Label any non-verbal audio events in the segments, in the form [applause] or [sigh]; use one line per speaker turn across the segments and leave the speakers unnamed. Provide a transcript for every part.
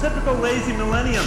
Typical lazy millennium.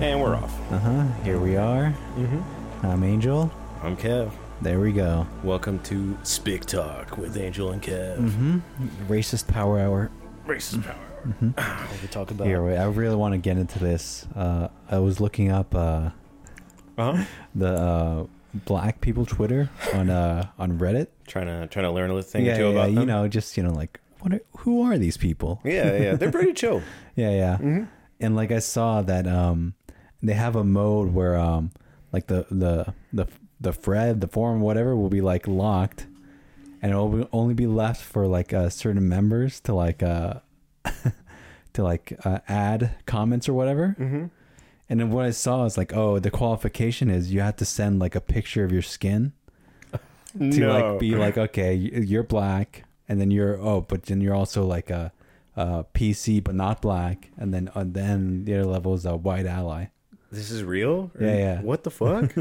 And we're off.
Uh huh. Here we are. Mm-hmm. I'm Angel.
I'm Kev.
There we go.
Welcome to Spick Talk with Angel and Kev.
Mm-hmm. Racist Power Hour.
Racist power.
Mm-hmm.
[sighs] What we talk about.
Here, wait, I really want to get into this. Uh, I was looking up uh,
Uh-huh.
the uh, black people Twitter on uh, on Reddit.
Trying to trying to learn a little thing
yeah,
or two
yeah,
about
you
them.
know, just you know, like what? Are, who are these people?
Yeah, yeah. They're pretty chill.
Yeah, yeah. And like I saw that um they have a mode where um like the the the the Fred, the forum, whatever will be like locked and it'll be- only be left for like uh certain members to like uh [laughs] to like uh, add comments or whatever. Mm-hmm. And then what I saw is like, oh, the qualification is you have to send like a picture of your skin [laughs] to like be like okay y- you're black and then you're oh but then you're also like a, a pc but not black and then and then the other level is a white ally
This is real? Or-
Yeah, yeah. Uh,
What the
[laughs]
fuck?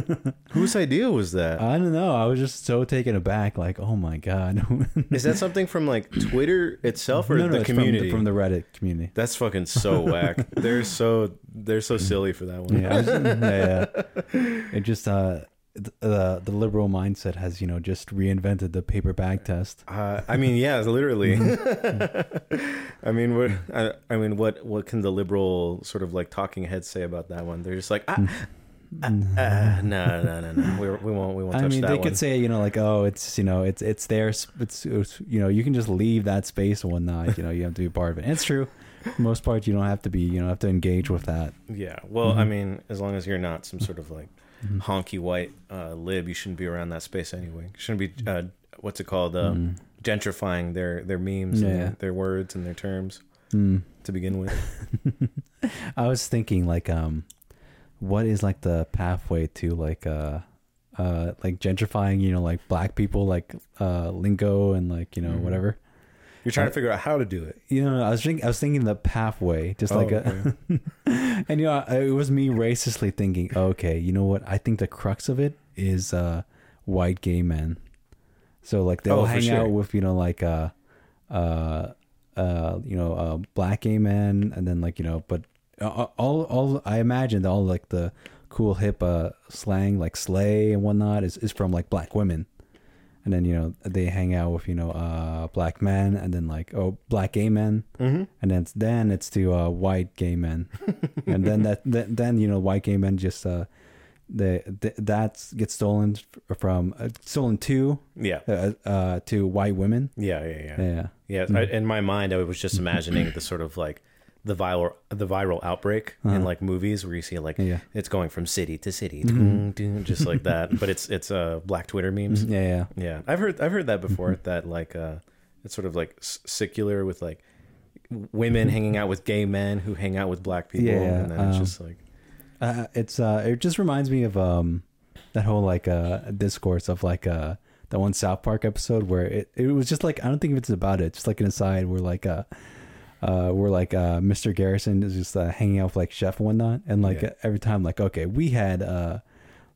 Whose idea was that? Is
i don't know i was just so taken aback like oh my god [laughs]
that something from like Twitter itself or
No, no,
the
it's from
community?
from the, reddit community [laughs]
That's fucking so whack. They're so they're so silly for that one.
yeah, I was- yeah, yeah. it just uh th- the the liberal mindset has you know just reinvented the paper bag test
Uh, I mean, yeah, literally. [laughs] I mean, what I, I mean, what what can the liberal sort of like talking heads say about that one? They're just like, ah, ah, ah, no, no, no, no, we, we won't, we won't touch
I mean,
that
they
one.
could say, you know, like, oh, it's you know, it's it's there, it's, it's you know, you can just leave that space and whatnot. You know, you have to be a part of it. And it's true. For most part, you don't have to be. You don't have to engage with that.
yeah, well,
Mm-hmm.
I mean, as long as you're not some sort of like honky white uh, lib, you shouldn't be around that space anyway. You shouldn't be uh, what's it called uh, gentrifying their their memes, and
Mm-hmm. Yeah.
their, their words, and their terms to begin with.
Mm-hmm. [laughs] I was thinking, like, um, what is like the pathway to like uh, uh, like gentrifying? You know, like black people, like uh, lingo and like you know
Mm-hmm.
whatever.
You're trying to figure out how to do it.
You know, I was thinking, I was thinking the pathway, just
Oh,
like a. [laughs] and you know uh, it was me racistly thinking okay you know what i think the crux of it is uh white gay men so like they'll
Oh, for
hang
sure.
out with you know like uh uh uh you know uh black gay men and then like you know but uh, all all i imagine all like the cool hip uh slang like slay and whatnot is, is from like black women and then you know they hang out with you know uh black men and then like oh black gay men mm-hmm. and then it's, then it's to uh white gay men and then that then, then you know white gay men just uh the, the that gets stolen f- from uh, stolen to
Yeah.
uh, uh to white women
Yeah, yeah, yeah.
yeah
Yeah, I,
Mm-hmm.
in my mind, I was just imagining the sort of like the viral the viral outbreak in like movies where you see like
Uh-huh. Yeah. Mm-hmm.
it's going from city to city, dun, dun, just like that. But it's it's uh black Twitter memes.
yeah Mm-hmm. yeah
Yeah, I've heard I've heard that before. that like uh, it's sort of like s- secular with like women hanging out with gay men who hang out with black people,
Mm-hmm. Yeah,
and then it's
um,
just like
uh, it's uh it just reminds me of um that whole like uh discourse of like uh that one South Park episode where it, it was just like I don't think it's about it just like an aside where like uh uh where like uh Mr. Garrison is just uh, hanging out with like Chef and whatnot and like
Yeah.
every time like okay we had uh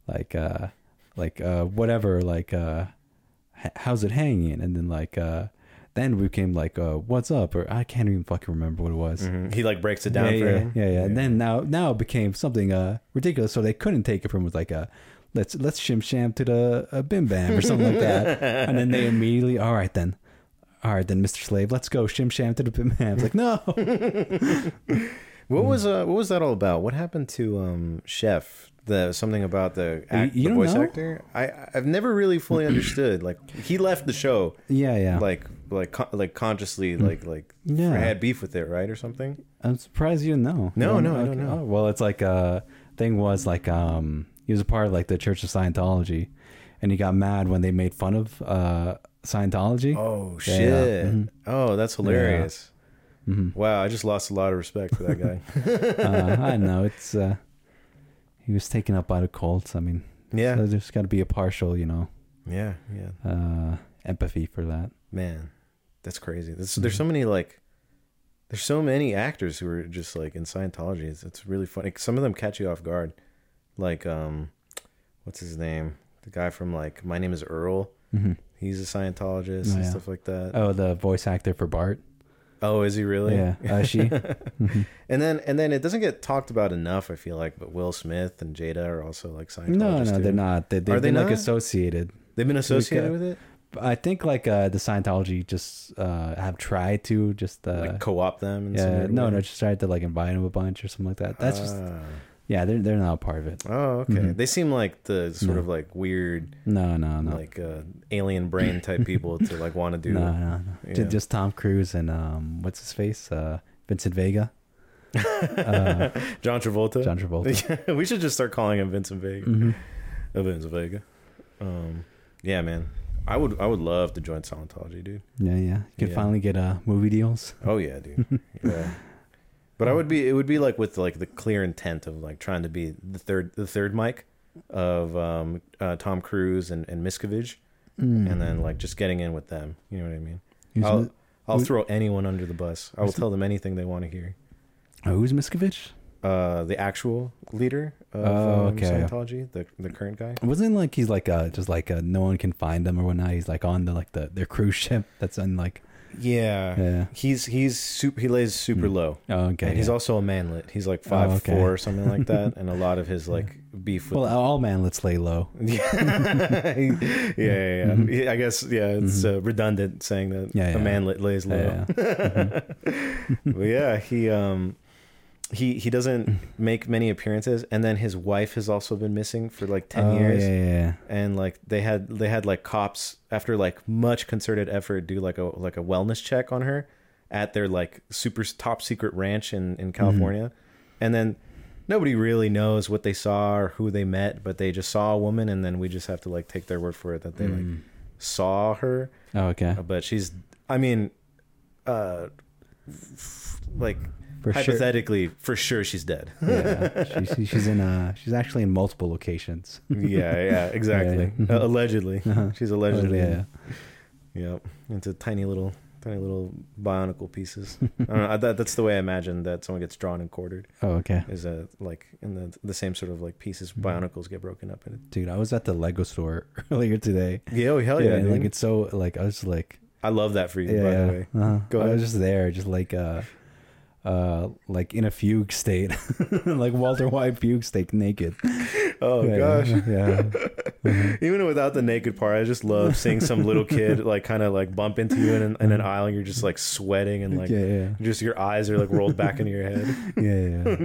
like uh like uh whatever like uh h- how's it hanging and then like uh then we came like uh what's up or I can't even fucking remember what it was
Mhm. he like breaks it down
yeah,
for
yeah,
him.
Yeah, yeah. And then now now it became something uh ridiculous. So they couldn't take it from with like a let's let's shim sham to the uh, bim bam or something
[laughs]
like that. And then they immediately all right then. All right then, Mr. Slave, let's go shim sham to the bim bam. It's
[laughs]
like no. Hmm.
What was uh, what was that all about? What happened to um, Chef? The something about the, act,
you
the
don't
voice
know?
actor. I I've never really
[clears throat]
fully understood. Like he left the show,
yeah, yeah. Hmm.
like like con- like consciously, like like
Yeah.
had beef with it, right, or something.
I'm surprised you didn't know.
No,
You
no, I don't know.
Oh, well, it's like uh, thing was like um, he was a part of like the Church of Scientology, and he got mad when they made fun of uh Scientology.
Oh
Yeah. Mm-hmm.
shit! Oh, that's hilarious.
Mhm.
Wow, I just lost a lot of respect for that
[laughs]
guy.
Uh, I know it's. Uh, he was taken up by the Colts. I mean,
yeah,
so there's got to be a partial, you know,
yeah, yeah.
uh, empathy for that.
Man, that's crazy. There's,
Mm-hmm.
there's so many like, there's so many actors who are just like in Scientology. It's, it's really funny. Some of them catch you off guard. Like, um, what's his name? The guy from like My Name Is Earl.
Mhm.
He's a Scientologist
Oh,
and
yeah.
stuff like that.
Oh, the voice actor for Bart.
Oh, is he really? [laughs]
Yeah, uh, she.
And then and then it doesn't get talked about enough. I feel like, but Will Smith and Jada are also like Scientologists.
no, no,
too.
they're not. They, they've
Are they
been like
not?
associated.
They've been associated with it,
I think like uh, the Scientology just uh, have tried to just uh,
like co-opt them. And
yeah, no, no, just tried to like invite him a bunch or something like that. That's
Uh.
just yeah, they're they're not a part of it.
Ah. oh, okay.
Mhm.
They seem like the sort
No.
of like weird,
No, no, no,
like uh, alien brain type people to like want to do.
[laughs] no, no, no. Ju-
Yeah.
Just Tom Cruise and um, what's his face, uh, Vincent Vega, [laughs] uh,
John Travolta.
John
[laughs]
Travolta.
we should just start calling him Vincent Vega.
Mhm.
Uh, Vincent Vega. Um, yeah, man. I would I would love to join Scientology, dude.
Yeah, yeah. You can
Yeah.
finally get uh, movie deals.
Oh yeah, dude. Yeah. But I would be it would be like with like the clear intent of like trying to be the third the third mic of um uh, Tom Cruise and, and Miscavige
Mm-hmm.
and then like just getting in with them. You know what I mean?
Who's,
I'll I'll
who's-
throw anyone under the bus. I will
who's-
tell them anything they want to hear.
Mi- oh, who's Miskovich?
Uh the actual leader of
Oh,
um,
okay.
Scientology, the the current guy.
Wasn't it like he's like uh just like uh no one can find him or whatnot. He's like on the like the their cruise [laughs] ship that's in like
Yeah.
yeah.
He's he's super he lays super low.
Oh, okay.
and he's
yeah. Oh,
also a manlet. He's like five
okay.
four or something like
[laughs]
that. And a lot of his like beef with [laughs]
well, all man, let's lay low.
yeah, yeah, yeah. yeah. I guess yeah, it's uh, redundant saying that
Mm-hmm. Yeah, yeah.
a man la- lays low.
Yeah,
[laughs] but yeah, he um, he he
[laughs]
doesn't make many appearances, and then his wife has also been missing for like ten
Oh,
years.
Yeah, yeah, yeah.
And like they had they had like cops after like much concerted effort do like a like a wellness check on her at their like super s- top secret ranch in
Mm-hmm.
in California, and then. Nobody really knows what they saw or who they met, but they just saw a woman, and then we just have to like take their word for it that they
Mm-hmm.
like saw her.
Mm. Oh, okay.
But she's, I mean, uh, like
For sure.
hypothetically, for sure she's dead.
[laughs] yeah. She, she, she's in uh she's actually in multiple locations.
yeah, yeah, exactly.
Yeah. Mm-hmm. Uh-huh.
Uh, allegedly, she's [laughs] allegedly.
Oh, yeah.
Yep. Into tiny little, tiny little bionicle pieces. I don't know. I, that, that's the way I imagine that someone gets drawn and quartered.
Oh, okay.
Is uh like in the the same sort of like pieces
Mm-hmm.
bionicles get broken up in.
Dude, I was at the Lego store [laughs] earlier today.
Yeah, oh hell yeah!
and,
dude.
like it's so like I was just like
I love that for you,
yeah,
by
yeah.
the way.
Uh-huh.
Go
I
ahead.
was just there, just like uh, uh, like in a fugue state, [laughs] like Walter White fugue state, naked.
Oh
yeah,
gosh.
[laughs] yeah.
[laughs] Even without the naked part, I just love seeing some little kid
[laughs]
like kind of like bump into you in, an- in an aisle and you're just like sweating and like
Mm-hmm. yeah, yeah,
just your eyes are like rolled back into your
[laughs]
head.
yeah, yeah,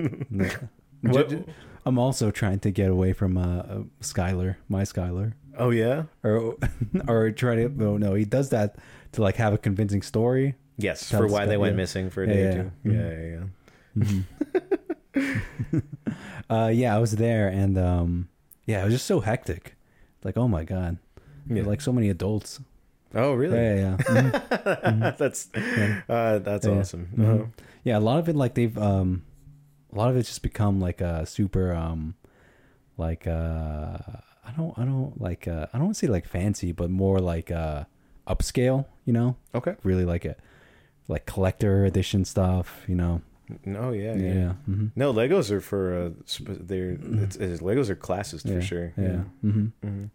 yeah.
[laughs]
No.
What-
Ju- ju- I'm also trying to get away from uh, uh Skylar, my Skylar,
Oh yeah.
or [laughs] or try to. No, no, he does that to like have a convincing story.
Yes,
Sounds
for why they
good,
went
yeah.
missing for a
Yeah, Mm-hmm.
day
yeah.
or two. Yeah, yeah, yeah.
[laughs] Uh, yeah, I was there, and um, yeah, it was just so hectic. Like, oh my god,
Yeah.
like so many adults.
Oh really? [laughs]
Yeah, yeah. Mm-hmm. yeah.
that's uh, that's
Yeah, yeah.
awesome.
Mhm.
Uh-huh.
Yeah, a lot of it like they've um a lot of it's just become like a super um like uh I don't I don't like uh I don't want to say like fancy, but more like uh upscale, you know?
Okay.
Really like it like collector edition stuff, you know.
No, yeah,
Yeah.
yeah.
hmm
No, Legos are for uh, sp- they're it's, it's, Legos are classes
yeah.
for sure.
Yeah. hmm
Mhm.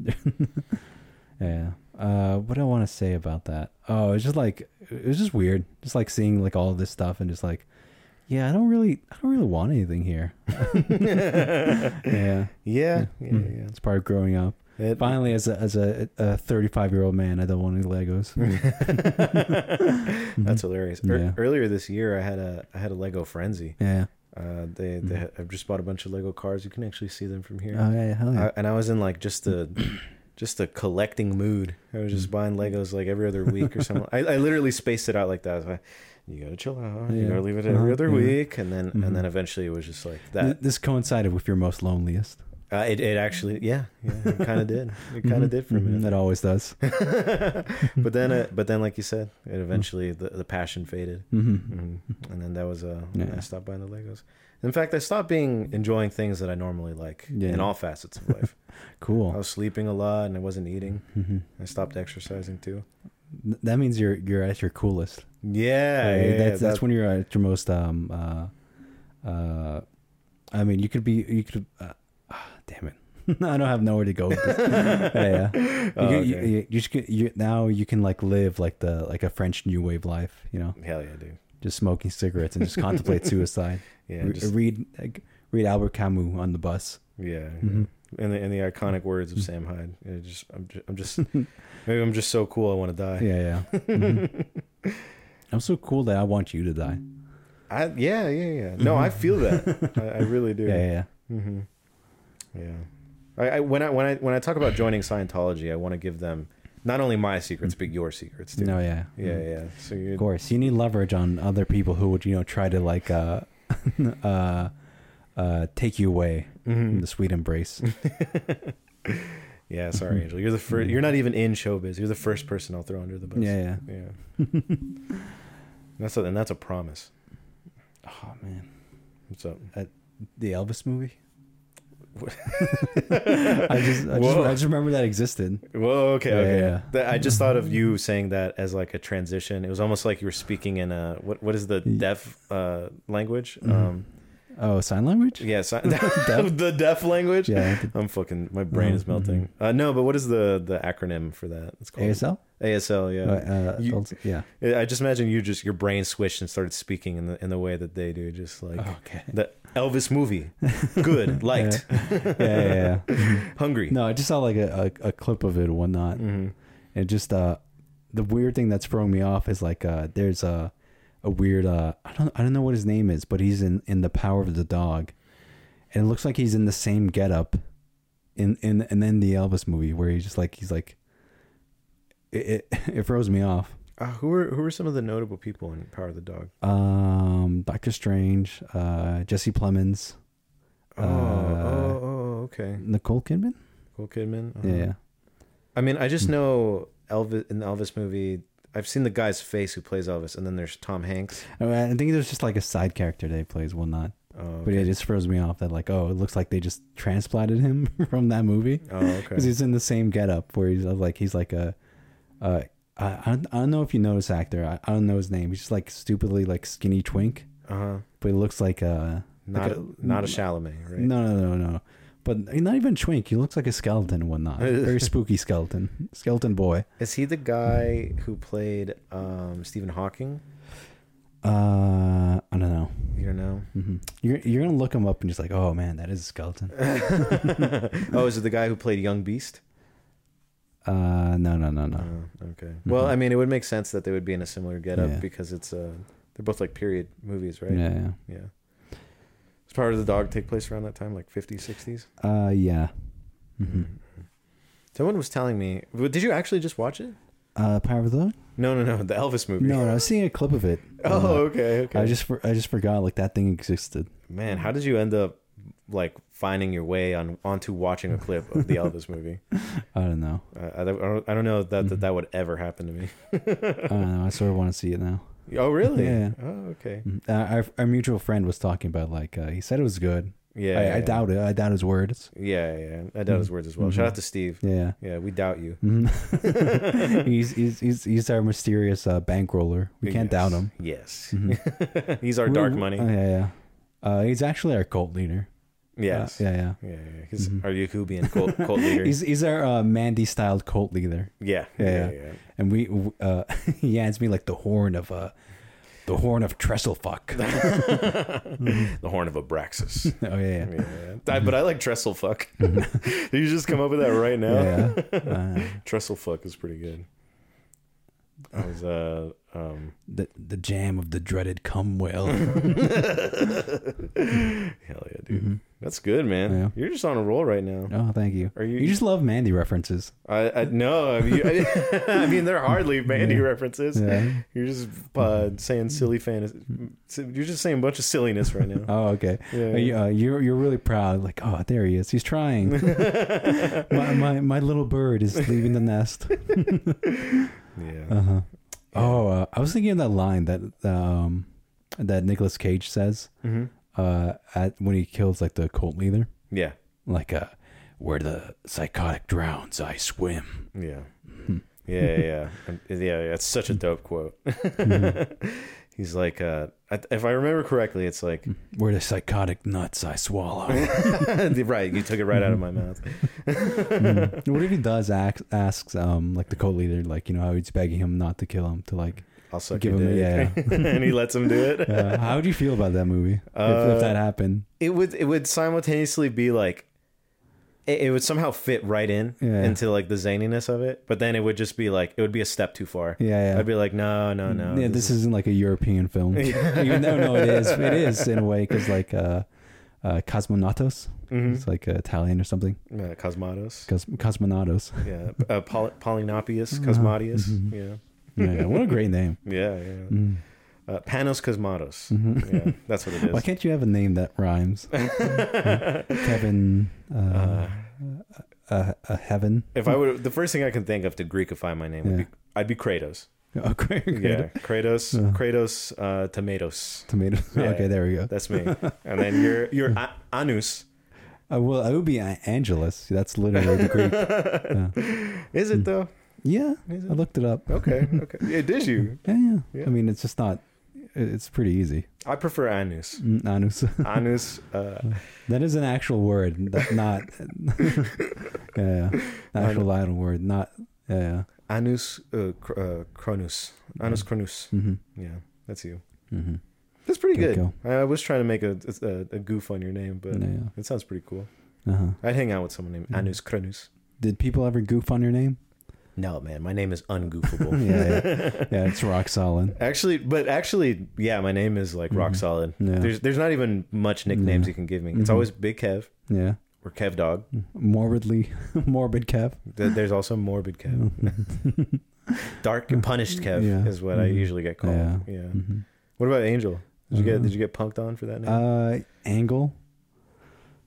[laughs]
Yeah. Uh what do I want to say about that? Oh, it's just like it was just weird. Just like seeing like all this stuff and just like yeah, I don't really I don't really want
[laughs]
anything here. yeah.
Yeah, yeah,
Mm.
yeah.
It's part of growing up.
It- [laughs]
Finally, as a as a a thirty five year old man, I don't want any
[laughs]
Legos.
That's hilarious. Ear-
Mm-hmm. Yeah.
Earlier this year, I had a I had a Lego frenzy.
yeah.
Uh, they
Mm-hmm.
they ha- I've just bought a bunch of Lego cars. You can actually see them from here.
Oh yeah. Hell yeah.
I, and I was in like just a [clears throat] just a collecting mood. I was
Mm.
just buying Legos like every other week or
[laughs]
something. I, I literally spaced it out like that. I was like, you gotta chill out.
Yeah.
You gotta leave it
Uh-huh,
every other
yeah.
week, and then
Mhm.
and then eventually it was just like
Th-
that.
this coincided with your most loneliest.
Uh, it it actually yeah yeah it kind of did it kind of did for a
Mhm,
minute.
It always does.
[laughs] but then uh, but then like you said, it
Mm-hmm.
eventually the, the passion faded.
Mhm.
hmm And then that was uh, when
Yeah.
I stopped buying the Legos. In fact, I stopped being enjoying things that I normally like
Yeah.
in all facets of life. I
Cool.
was sleeping a lot and I wasn't eating.
Mhm.
I stopped exercising too.
Th- That means you're you're at your coolest.
Yeah,
right?
yeah, yeah,
that's that's
that-
when you're at your most. Um. Uh. uh I mean, you could be. You could. Uh, ah, damn it. [laughs] I don't have nowhere to go. With
[laughs]
this. yeah. yeah. You,
Oh,
can- you-
okay.
you- you just can- you- now you can like live like the like a French New Wave life. You know,
[laughs] Hell yeah, dude.
just smoking cigarettes and just
[laughs]
contemplate suicide.
Yeah,
Re-
just,
read like, read Albert Camus on the bus.
yeah.
Mhm.
And the and the iconic words
Mm-hmm.
of Sam Hyde. It just I'm just, I'm
[laughs]
just maybe I'm just so cool I want to die.
Yeah,
[laughs]
yeah. Mhm. I'm so cool that I want you to die.
I, yeah, yeah, yeah. No, I feel that. I, I really do.
Mm-hmm. [laughs] Yeah, yeah, yeah.
Mm-hmm. Yeah. I, I when I when I when I talk about joining Scientology, I want to give them not only my secrets but your secrets too.
No, yeah. Mm-hmm.
Yeah, yeah. So
Of
you
course, you need leverage on other people who would you know try to like uh, [laughs] uh, uh, take you away
mm-hmm.
from
Hmm.
the sweet embrace.
[laughs] yeah. Sorry, Angel. You're the first. You're not even in showbiz. You're the first person I'll throw under the bus.
yeah, yeah.
[laughs] Yeah. [laughs] that's a, and that's a promise.
Oh man,
What's up?
the Elvis
[laughs]
movie. I just, I just,
Whoa.
I just remember that existed.
Whoa. Okay.
Yeah,
okay.
yeah.
That- I just thought of
[laughs]
you saying that as like a transition. It was almost like you were speaking in a what? What is the deaf uh, language?
Mm-hmm.
Um,
Oh, sign language.
yeah, [laughs]
[laughs]
si- the deaf language.
Yeah,
I'm fucking. My brain is
Mhm.
melting. Uh, no, but what is the the acronym for that? It's called
ASL.
ASL.
Uh,
Oh, Yeah.
uh,
You-
also- yeah.
I just imagine you just your brain switched and started speaking in the in the way that they do, just like
okay.
the Elvis movie,
[laughs]
good, liked,
Yeah, yeah, yeah.
[laughs] hungry.
No, I just saw like a, a, a clip of it and whatnot.
hmm
And just uh, the weird thing that's throwing me off is like uh, there's a a weird uh, I don't I don't know what his name is, but he's in in the Power of the Dog, and it looks like he's in the same getup, in in and then the Elvis movie where he's just like he's like. It, [laughs] it it throws me off.
Uh, who are who are some of the notable people in Power of the Dog?
Um, Doctor Strange, uh, Jesse Plemons,
Oh,
Uh,
oh, oh, okay.
Nicole Kidman.
Cole Kidman. uh-huh.
Yeah, yeah.
I mean, I just know Elvis in the Elvis movie. I've seen the guy's face who plays Elvis, and then there's Tom Hanks.
I, mean, I think there's just like a side character that he plays, well, not.
Oh,
But it just throws me off that like, oh, it looks like they just transplanted him [laughs] from that movie
oh,
[laughs] because
okay.
he's in the same getup where he's uh, like he's like a, uh, I, I don't- I don't know if you know this actor. I, I don't know his name. He's just like stupidly like skinny twink,
Uh huh.
but he looks like a
Not
like
a, not a Chalamet, right?
no no no no. But he's not even twink. He looks like a skeleton and
[laughs]
whatnot. Very spooky skeleton, skeleton boy.
Is he the guy who played um, Stephen Hawking?
Uh, I don't know.
You don't know?
hmm You're you're gonna look him up and just like, oh man, that is a skeleton.
[laughs] oh, is it the guy who played Young Beast?
Uh, no no no no.
Oh, okay. Well, I mean, it would make sense that they would be in a similar getup
Yeah.
because it's uh, they're both like period movies, right?
Yeah yeah.
Yeah. Does Power of the Dog take place around that time, like 50s, 60s?
Uh, yeah. hmm
Someone was telling me. w- Did you actually just watch it?
Uh, Power of the Dog?
No, no, no. The Elvis movie.
No, no, I was seeing a clip of it.
[laughs] Oh,
Uh,
okay, okay.
I just for, I just forgot like that thing existed.
Man, how did you end up like finding your way on onto watching a clip of the Elvis movie? [laughs]
I don't know.
Uh, I, don't, I don't know that,
Mm-hmm.
that that would ever happen to me.
[laughs] I don't know. I sort of want to see it now.
[laughs] Oh, really?
Uh, Yeah.
Oh, okay.
Mm. Uh, our, our mutual friend was talking about like uh, he said it was good.
Yeah.
I, I doubt Mm-hmm. it. I doubt his words.
Yeah, yeah. I doubt his words as well. Shout out to Steve.
Yeah.
Yeah, we doubt you. [laughs]
Mhm. [laughs] he's, he's he's he's our mysterious uh, bankroller. We can't doubt him. Mm-hmm.
Yes. [laughs] He's our dark
We-
money.
Oh, yeah, yeah. Uh, he's actually our cult leader. Uh,
yes.
yeah,
Yeah,
yeah.
yeah. He's our Yakubian cult, cult leader.
[laughs] He's he's our uh, Mandy styled cult leader.
yeah,
Yeah,
yeah,
yeah. [laughs]
yeah. [laughs]
and we uh [laughs] he hands me like the horn of uh the horn of
[laughs]
Tresselfuck. oh
The horn of Abraxas.
Mm-hmm. [laughs] yeah, Mm-hmm. yeah.
yeah, I, but I like Trestle
[laughs]
Fuck. [laughs] Did you just come up with that right now?
Mm-hmm. yeah. Uh,
Trestle Fuck is pretty good.
Oh.
I was, uh,
[laughs]
um, [laughs]
the the jam of the dreaded Cumwell.
hell yeah, dude. That's good, man.
Mm-hmm. Yeah.
You're just on a roll right now.
Oh, thank you.
Are you-
You just love Mandy references.
I, I no, I mean, [laughs] I, mean they're hardly Mandy
[laughs] Yeah.
references.
Yeah.
You're just uh, saying silly fantasy. You're just saying a bunch of silliness right
[laughs]
now.
Oh, okay.
Yeah. [laughs]
Are you, uh, you're you're really proud. Like, oh, there he is. He's trying. my, my my little bird is leaving the nest.
yeah.
Uh-huh. [laughs] Oh, uh, I was thinking of that line that um that Nicolas Cage says
Mhm.
uh at when he kills like the cult leader,
Yeah.
like uh where the psychotic drowns, I swim.
Yeah.
Hmm.
Yeah, yeah, yeah. And- yeah, yeah. That's such a dope quote. [laughs]
Mm-hmm.
He's like, uh, I, if I remember correctly, it's like,
Where the psychotic nuts,
[laughs]
I swallow. Mm.
right, you took it right out of my mouth. Mm.
what if he does ask, asks um like the cult leader like you know how he's begging him not to kill him to
[laughs]
like
[laughs] I'll suck
Give
your
him-
dick. [laughs] and he lets him do it.
uh, how would you feel about that movie if,
Uh,
if that happened?
It would, it would simultaneously be like, it, it would somehow fit right in
Yeah.
into like the zaniness of it, but then it would just be like, it would be a step too far.
Yeah, yeah.
I'd be like, no, no, no.
yeah, this isn't like a European
[laughs]
film. [laughs] Even though, no, it is. It is in a way because like uh, uh, Cosmonautos,
Mm-hmm.
it's like uh, Italian or something.
uh,
[laughs]
Cosmatos.
Cos- Cosmonautos.
Yeah, uh, Poly- Polynopius,
Mm-hmm.
Cosmatius. Yeah,
Yeah, yeah, what a
[laughs]
great name. Mm.
yeah, yeah.
Mm-hmm.
Uh, Panos Cosmatos. Yeah, that's what it
[laughs]
is.
Why can't you have a name that
[laughs]
rhymes? Kevin, uh, uh, uh, uh, heaven.
If I would, the first thing I can think of to Greekify my name would be, I'd be Kratos.
[laughs] Oh, great, great.
Yeah, Kratos,
Yeah.
Kratos, uh, tomatoes.
Tomato. [laughs]
Yeah.
okay, there we go.
That's
[laughs]
me. And then you're you're a- Anus.
Uh, well, it would be A- Angelus. That's literally the
[laughs]
Greek.
Is
Hmm.
it though?
Yeah,
Is it?
I looked it up. [laughs]
Okay, okay. Yeah, did you?
Yeah, yeah,
Yeah.
I mean, it's just not. it- It's pretty easy.
I prefer Anus.
Mm, Anus.
Anus. Uh,
[laughs] That is an actual word, that- not [laughs] yeah, yeah. An actual Latin word, not yeah.
anus. Uh, cr- uh, Cronus. Anus Cronus.
Mm-hmm.
Yeah, that's you.
Mm-hmm.
That's pretty
Good
good. I was trying to make a, a a goof on your name, but
Yeah. Mm-hmm.
it sounds pretty cool.
Uh-huh.
I'd hang out with someone named Anus Cronus.
Did people ever goof on your name?
No, man, my name is ungoofable.
[laughs] Yeah,
[laughs]
yeah, yeah. It's rock solid.
Actually, but actually, yeah, my name is like rock solid.
Mm-hmm. Yeah. Mm-hmm.
There's there's not even much nicknames you
Yeah.
can give me. It's always Big Kev
Yeah,
or Kev Dog.
morbidly, [laughs] morbid Kev. [laughs]
Th- There's also Morbid
Mm-hmm.
Kev. Dark and Punished Kev
Mm. Yeah.
is what I
Mhm.
usually get called. Yeah.
Yeah. Mhm.
What about Angel? Did you get
Uh-huh.
did you get punked on for that name?
Uh, angle.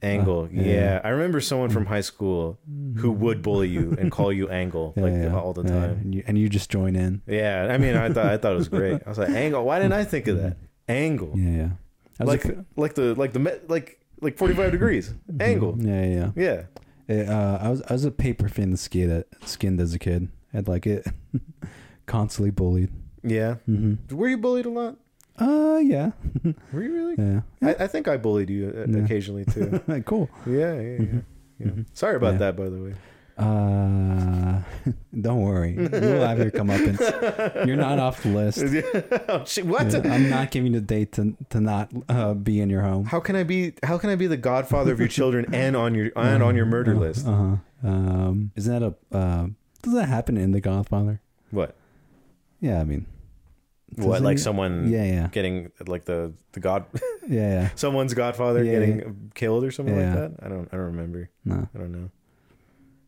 Angle.
yeah. Mm.
yeah. I remember someone from high school who would bully you
[laughs]
and call you Angle
Yeah,
like
yeah,
all the
yeah.
time.
and, you, and you just join in.
Yeah. I mean, I thought I thought it was great. I was like, Angle. Why didn't I think of that? Angle.
Mm. Yeah, yeah. I was
like like the like the me- like like 45 degrees
Mm.
angle
Mm-hmm. yeah, yeah.
yeah
It, uh, I was I was a paper thin skid at, skinned as a kid. I'd like it [laughs] constantly bullied.
yeah
Mm-hmm.
were you bullied a lot
Uh, yeah, [laughs]
were you really
yeah.
I, I think i bullied you uh,
Yeah.
occasionally
[laughs]
too
cool.
yeah yeah yeah, yeah. sorry about
Yeah.
that by the way
Uh, [laughs] don't worry, we'll have
[laughs]
your comeuppance. You're not off the list.
oh, shit, what
Yeah, I'm not giving you a date to to not uh, be in your home.
how can i be how can i be the godfather
[laughs]
of your children and on your and on your murder list
Uh huh. Um, isn't that a uh, does that happen in The Godfather?
what
Yeah, I mean,
what
doesn't
like
it-
someone
yeah, yeah,
getting like the the god [laughs]
yeah, yeah.
someone's godfather
Yeah,
getting killed or something
Yeah.
like that i don't i don't remember
No,
i don't know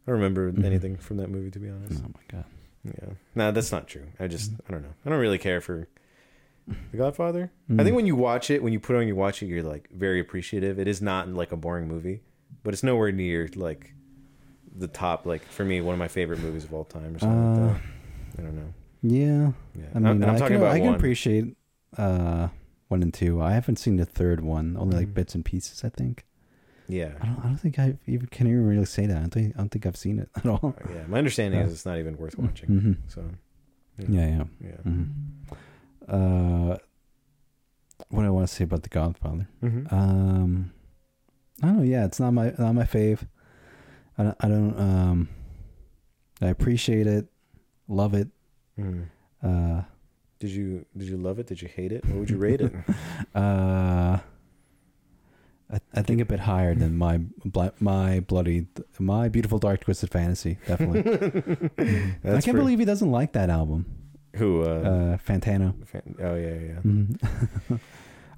i don't remember
Mm-hmm.
anything from that movie to be honest
oh my god.
Yeah. No, that's not true. I just
Mm-hmm.
I don't know. I don't really care for The Godfather.
Mm.
I think when you watch it, when you put it on you watch it, you're like very appreciative. It is not like a boring movie, but it's nowhere near like the top like for me one of my favorite movies of all time or something like that. I don't know.
Yeah,
Yeah.
Uh, I mean,
am
i
talking
can,
about
I can
one.
appreciate uh one and two. I haven't seen the third one, only like bits and pieces. I think.
yeah.
I don't. I don't think I even can even really say that. I don't think. I don't think I've seen it at all.
Yeah. My understanding is it's not even worth watching.
Mhm.
So,
Yeah, yeah.
yeah.
Uh, what do I want to say about the Godfather?
Mhm.
Um, I don't know. Yeah, it's not my not my fave. I don't. I don't. Um, I appreciate it, love it.
Mhm.
Uh,
Did you did you love it? Did you hate it? What would you rate it?
uh, I, I think a bit higher than my bla- my bloody my beautiful dark twisted fantasy. [laughs]
[laughs]
Definitely. Mm-hmm. I can't
That's pretty-
believe he doesn't like that album,
who uh,
uh, Fantano.
fan- Oh yeah, yeah.
Mhm. [laughs]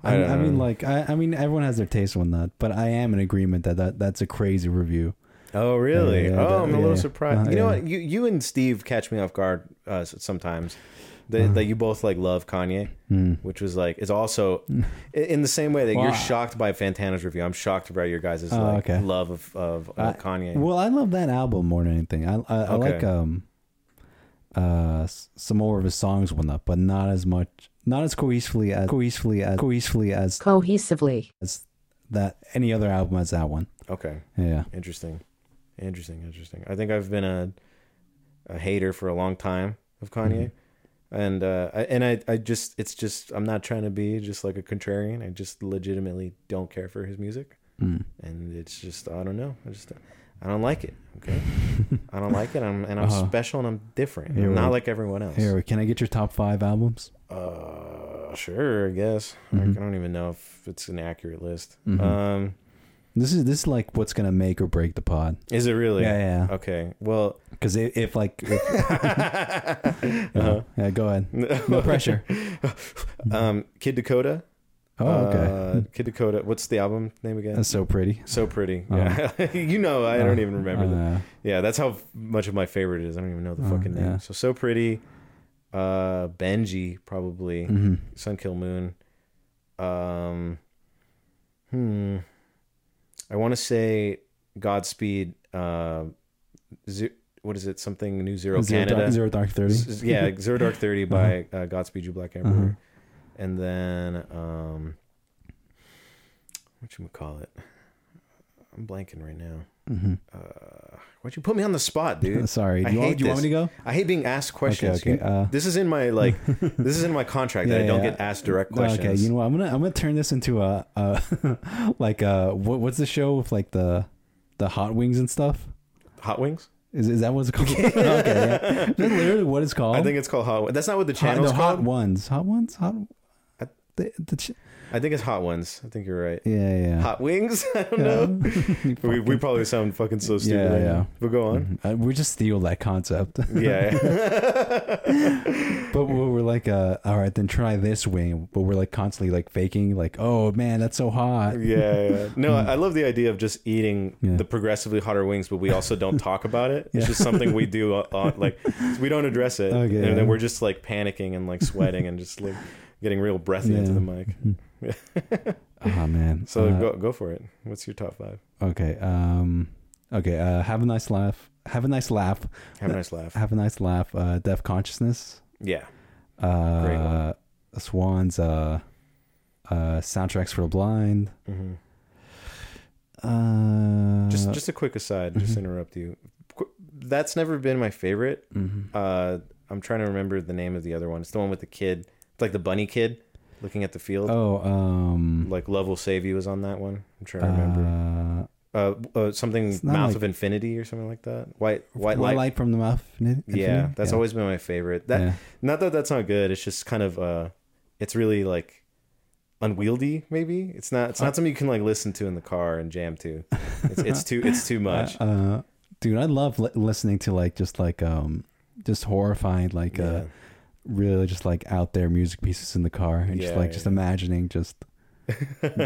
I,
I
I
don't
mean,
know.
like, I, I mean, everyone has their taste on that, but I am in agreement that, that that's a crazy review.
Oh really?
Yeah, yeah,
oh,
that-
I'm a
yeah,
little
yeah.
surprised.
Uh,
you know
yeah.
what? You you and Steve catch me off guard uh, s- sometimes. That,
Uh-huh.
that you both like love Kanye,
Hmm.
which was like it's
[laughs]
also i- in the same way that
Well,
you're
I-
shocked by Fantana's review. I'm shocked by your guys'
Oh,
like
okay.
love of of, of
I-
Kanye.
Well, I love that album more than anything. I I, I
Okay.
like um uh s- some more of his songs one up, but not as much, not as cohesively as cohesively as cohesively as
cohesively,
as that any other album as that one.
okay,
Yeah.
interesting, interesting, interesting. I think I've been a a hater for a long time of Kanye,
Mm-hmm.
and uh, I, and I I just it's just I'm not trying to be just like a contrarian. I just legitimately don't care for his music.
Mm.
and it's just I don't know. I just I don't like it.
[laughs]
Okay, I don't like it. I'm and I'm
Uh-huh.
special and I'm different.
Here
I'm
we-
not like everyone else.
Here, can I get your top five albums?
Uh, sure, I guess.
Mhm.
Like, I don't even know if it's an accurate list.
Mhm.
Um,
This is this is like what's gonna make or break the pod.
is it really?
Yeah, yeah.
Okay.
[laughs]
Well. [laughs]
Because if, if [laughs] like, if,
uh-huh.
yeah, go ahead.
[laughs]
No pressure.
um, Kid Dakota.
Oh, okay.
Uh, Kid Dakota. What's the album name again?
That's Uh-huh. so pretty.
so pretty. Yeah. [laughs] you know, I don't even remember the
Uh,
Yeah, that's how much of my favorite it is. I don't even know the
Oh,
fucking name.
yeah.
So so pretty. Uh Benji probably.
mhm.
Sun Kill Moon. Um Hmm. I want to say Godspeed uh ze- what is it? Something New Zero,
Zero
Canada.
Dark, Zero Dark Thirty. Uh-huh.
S-
[laughs]
yeah, Zero Dark 30 by uh, Godspeed You Black Emperor. And then um what you call it? I'm blanking right now.
Mhm.
Why'd you put me on the spot, dude?
Sorry. Do
I
you,
hate
want, do you want
this.
me to go?
I hate being asked questions.
okay,
You-
uh,
this is in my
[laughs]
like this is in my contract that
Yeah,
I don't
yeah.
get asked direct
No,
questions.
Okay, you know what? I'm gonna I'm gonna turn this into a, [laughs] a like uh what what's the show with like the the hot wings and stuff?
Hot Wings?
Is is that what it's
[laughs]
called? okay, yeah. Is that literally what it's called?
I think it's called Hot Wings. That's not what the
hot,
channel's
no, hot
called.
ones, hot ones, hot.
I-
The, the ch-
I think it's Hot Ones. I think you're right.
yeah, yeah.
Hot Wings? [laughs] I don't
Yeah.
know.
[laughs]
[laughs] We, we probably sound fucking so stupid.
Yeah,
right
yeah.
now.
Mm-hmm.
But go on.
Uh, we just steal that concept,
[laughs] Yeah.
[laughs]
[laughs]
but we're we're like, uh, all right, then try this wing. But we're like constantly like faking, like, oh man, that's so hot. [laughs]
Yeah, yeah. No, I I love the idea of just eating
Yeah.
the progressively hotter wings, but we also don't talk about it. It's just something we do. uh, uh, like we don't address it,
Okay,
and
yeah.
then we're just like panicking and like sweating and just like getting real breathy into
Yeah.
the mic.
Oh man.
So
Uh,
go go for it. What's your top five?
Okay. Um. Okay. Uh. Have a nice laugh. Have a nice laugh.
Have a nice laugh.
Have a nice laugh. Uh. Deaf consciousness.
Yeah,
Uh.
Great one.
Swans. Uh. Uh. Soundtracks for the blind.
hmm
Uh. mm-hmm.
just just a quick aside. Just to interrupt you. Qu- That's never been my favorite.
mm-hmm.
Uh, I'm trying to remember the name of the other one. It's the one with the kid. It's like the bunny kid looking at the field.
Oh. Um.
Like love will save you was on that one. I'm trying to remember.
Uh,
uh, uh something
It's not
mouth
like-
of infinity or something like that white white
White
light,
light from the mouth. Infinity?
yeah that's always been my favorite that
Yeah.
not that that's not good it's just kind of uh it's really like unwieldy maybe it's not
Uh,
it's not something you can like listen to in the car and jam
[laughs]
to it's, it's too it's too much
Uh, dude, I love li- listening to like just like um just horrifying like uh
Yeah.
really just like out there music pieces in the car and just
Yeah,
like
yeah,
just
yeah.
imagining just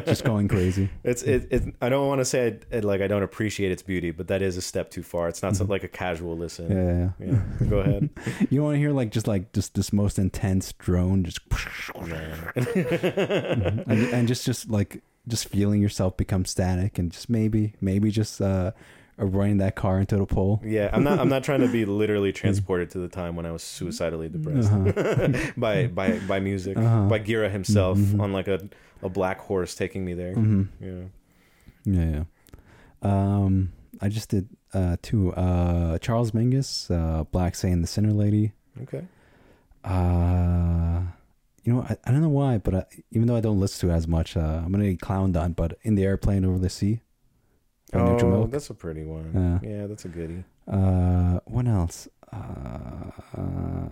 just going crazy.
[laughs] it's it, it i don't want to say I, it, like i don't appreciate its beauty but that is a step too far it's not so, like a casual listen
[laughs] Mm-hmm. Yeah, yeah, yeah.
yeah go ahead
[laughs] You want to hear like just like just this most intense drone just
Mm-hmm.
and, and just just like just feeling yourself become static and just maybe maybe just uh running that car into the pole.
Yeah, I'm not. I'm not trying to
[laughs]
be literally transported to the time when I was suicidally depressed
Uh-huh.
[laughs] by by by music by Gira himself
Mm-hmm.
on like a a black horse taking me there. Yeah.
Yeah, yeah. Um I just did uh two uh Charles Mingus, uh Black Say and the Sinner Lady.
Okay.
Uh you know, I, I don't know why, but I, even though I don't listen to it as much, uh, I'm gonna get clowned on. But in the airplane over the sea, by
Oh,
Neutral Milk.
that's a pretty one.
Yeah.
yeah, that's a goodie.
Uh, what else? Uh,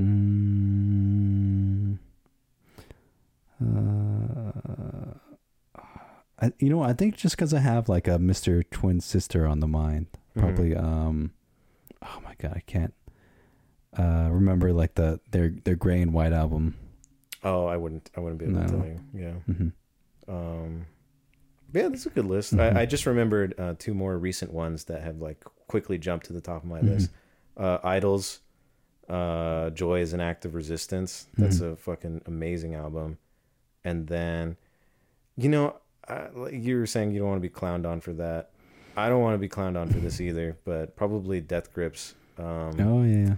mm, uh, I, you know, I think just because I have like a Mister Twin Sister on the mind,
Mm-hmm.
probably. Um, oh my god, I can't uh, remember like the their their gray and white album.
Oh, I wouldn't. I wouldn't be able
No.
to tell you. Yeah.
hmm
Um, yeah, that's a good list.
Mhm.
I, I just remembered uh, two more recent ones that have like quickly jumped to the top of my
Mhm.
list. Uh, Idols, uh, Joy is an Act of Resistance. That's
Mm-hmm.
a fucking amazing album. And then, you know, I, like you were saying you don't want to be clowned on for that. I don't want to be clowned on for
[laughs]
this either, but probably Death Grips. Um,
Oh yeah.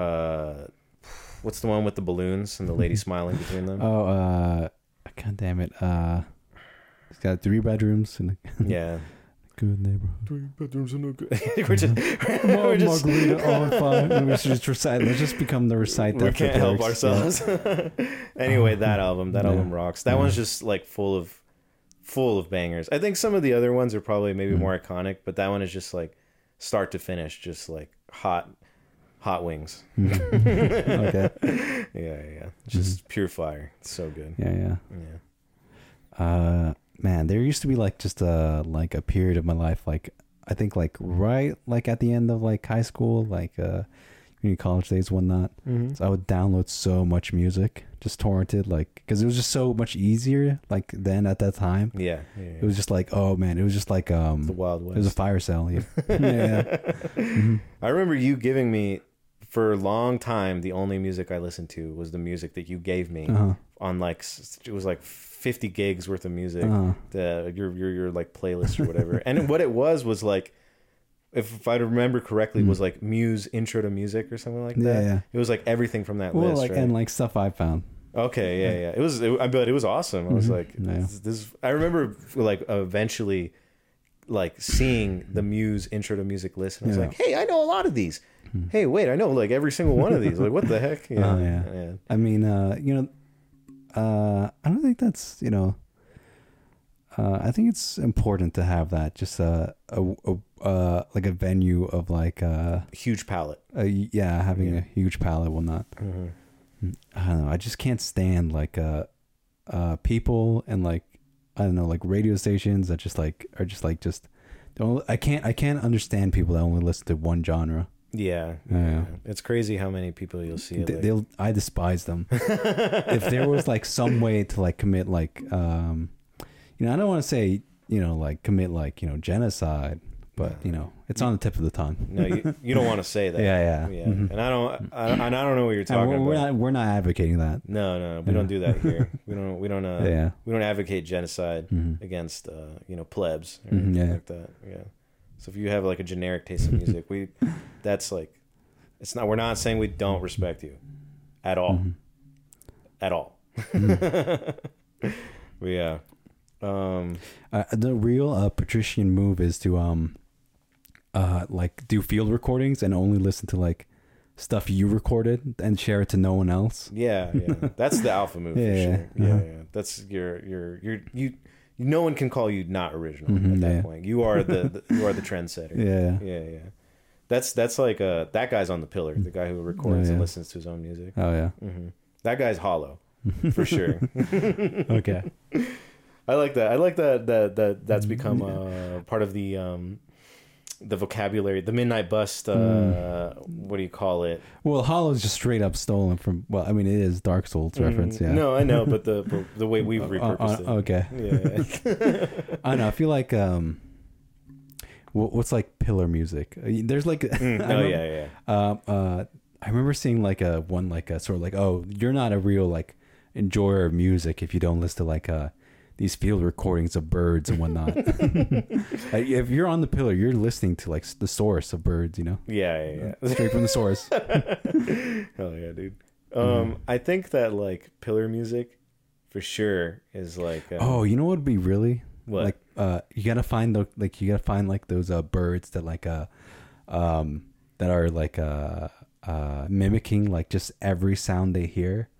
uh, what's the one with the balloons and the
[laughs]
lady smiling between them?
Oh uh, god damn it. Uh, it's got three bedrooms and a
yeah.
good neighborhood.
Three bedrooms and a good. [laughs] we're just, [laughs] we're
One
just
Mm-hmm.
[laughs]
margarita all five. And we should just recite. Let's just become the recite.
we
that for
can't help
lyrics. Yeah. [laughs] Oh,
ourselves. [laughs] anyway, that album, that
Yeah.
album rocks. That one's just like full of, full of bangers. I think some of the other ones are probably maybe
Mm.
more iconic, but that one is just like start to finish, just like hot, hot
[laughs]
wings.
Mm-hmm. okay.
[laughs] Yeah, yeah, yeah. just
Mm-hmm.
pure fire. It's so good.
Yeah, yeah.
Yeah.
Uh, man, there used to be like just a like a period of my life, like I think like right like at the end of like high school, like uh, community college days, whatnot. So I would download so much music, just torrented, like because it was just so much easier. Like then at that time,
Yeah, yeah, yeah.
it was just like oh man, it was just like um,
the Wild
it
West.
was a fire sale.
[laughs]
Yeah, [laughs] Mm-hmm. yeah. yeah.
I remember you giving me for a long time the only music I listened to was the music that you gave me
Uh-huh.
on like s- it was like 50 gigs worth of music
Uh-huh.
the your your your like playlist or
[laughs]
whatever. and what it was was like if, if I remember correctly was like Muse intro to music or something like that.
Mm. Yeah, yeah.
It was like everything from that
Well,
list,
like
right?
and like stuff I found.
Okay, yeah, yeah. It was, it, I bet it was awesome. I was like,
Mm-hmm. Yeah.
this, this. I remember like eventually, like seeing the Muse intro to music list, and I was
Yeah. Hmm.
like, hey, I know a lot of these. Hey, wait, I know like every single one of these. Like,
[laughs]
what the heck? Yeah,
Oh, yeah. I mean, uh, you know, uh, I don't think that's you know. Uh, I think it's important to have that just a, a, a uh, like a venue of like uh,
Huge palette.
a, yeah having
Yeah.
a huge palette will not. I don't know. I just can't stand like uh, uh, people and like I don't know like radio stations that just like are just like just don't. I can't. I can't understand people that only listen to one genre.
Yeah,
Yeah.
It's crazy how many people you'll see.
They-
like- [laughs]
they'll i despise them if there was like some way to like commit like um you know i don't want to say you know like commit like you know genocide but you know it's on the tip of the tongue
no,
[laughs]
you, [laughs] you don't want to say that.
yeah yeah,
yeah.
Mhm.
And I don't, I, and I don't know what you're
And
talking
we're, we're
about.
not we're not advocating that
No, no, we
Yeah.
don't do that here. We don't, we don't, uh,
[laughs] yeah
we don't advocate genocide.
Mhm.
against uh, you know plebs or
Mhm,
anything
yeah.
like that. Yeah. So if you have like a generic taste
[laughs]
in music, we that's like it's not. We're not saying we don't respect you at all,
Mhm.
at all.
Mm-hmm.
[laughs] uh, but yeah. Um,
uh, the real uh, patrician move is to um uh like do field recordings and only listen to like stuff you recorded and share it to no one else
yeah, yeah. That's the alpha move
[laughs] Yeah,
for
yeah,
sure. Yeah,
uh-huh.
yeah. That's your your your you. No one can call you not original
Mhm,
at that
yeah.
point. You are the, the you are the trendsetter.
yeah
yeah, yeah. That's that's like uh that guy's on the pillar. The guy who records and
Oh, yeah.
listens to his own music.
oh yeah Oh,
hmm That guy's hollow for sure.
[laughs] okay
I like that. I like that that that that's
Mm-hmm.
become uh, part of the um, the vocabulary. The midnight bust. Uh,
Mm.
What do you call it?
Well, Hollow's just straight up stolen from. Well, I mean, it is Dark Souls reference, yeah.
Mm, No, I know, but
[laughs]
the but the way we've
Uh, uh,
repurposed it.
okay.
Yeah.
[laughs] I don't know. I feel like um, wha- what's like pillar music? Uh, There's like, [laughs]
Mm,
I
no,
remember,
yeah, yeah.
Um, uh, I remember seeing like a one like a sort of like, oh, you're not a real like enjoyer of music if you don't listen to like uh these field recordings of birds and
[laughs]
whatnot. [laughs] Like, if you're on the pillar, you're listening to like s- the source of birds, you know,
Yeah, yeah, yeah.
straight from the source. [laughs]
Hell yeah, dude.
Mm-hmm.
Um, I think that like pillar music, for sure, is like uh,
Oh, you know what would be really
What?
like uh you gotta find the like you gotta find like those uh birds that like uh um that are like uh uh mimicking like just every sound they hear.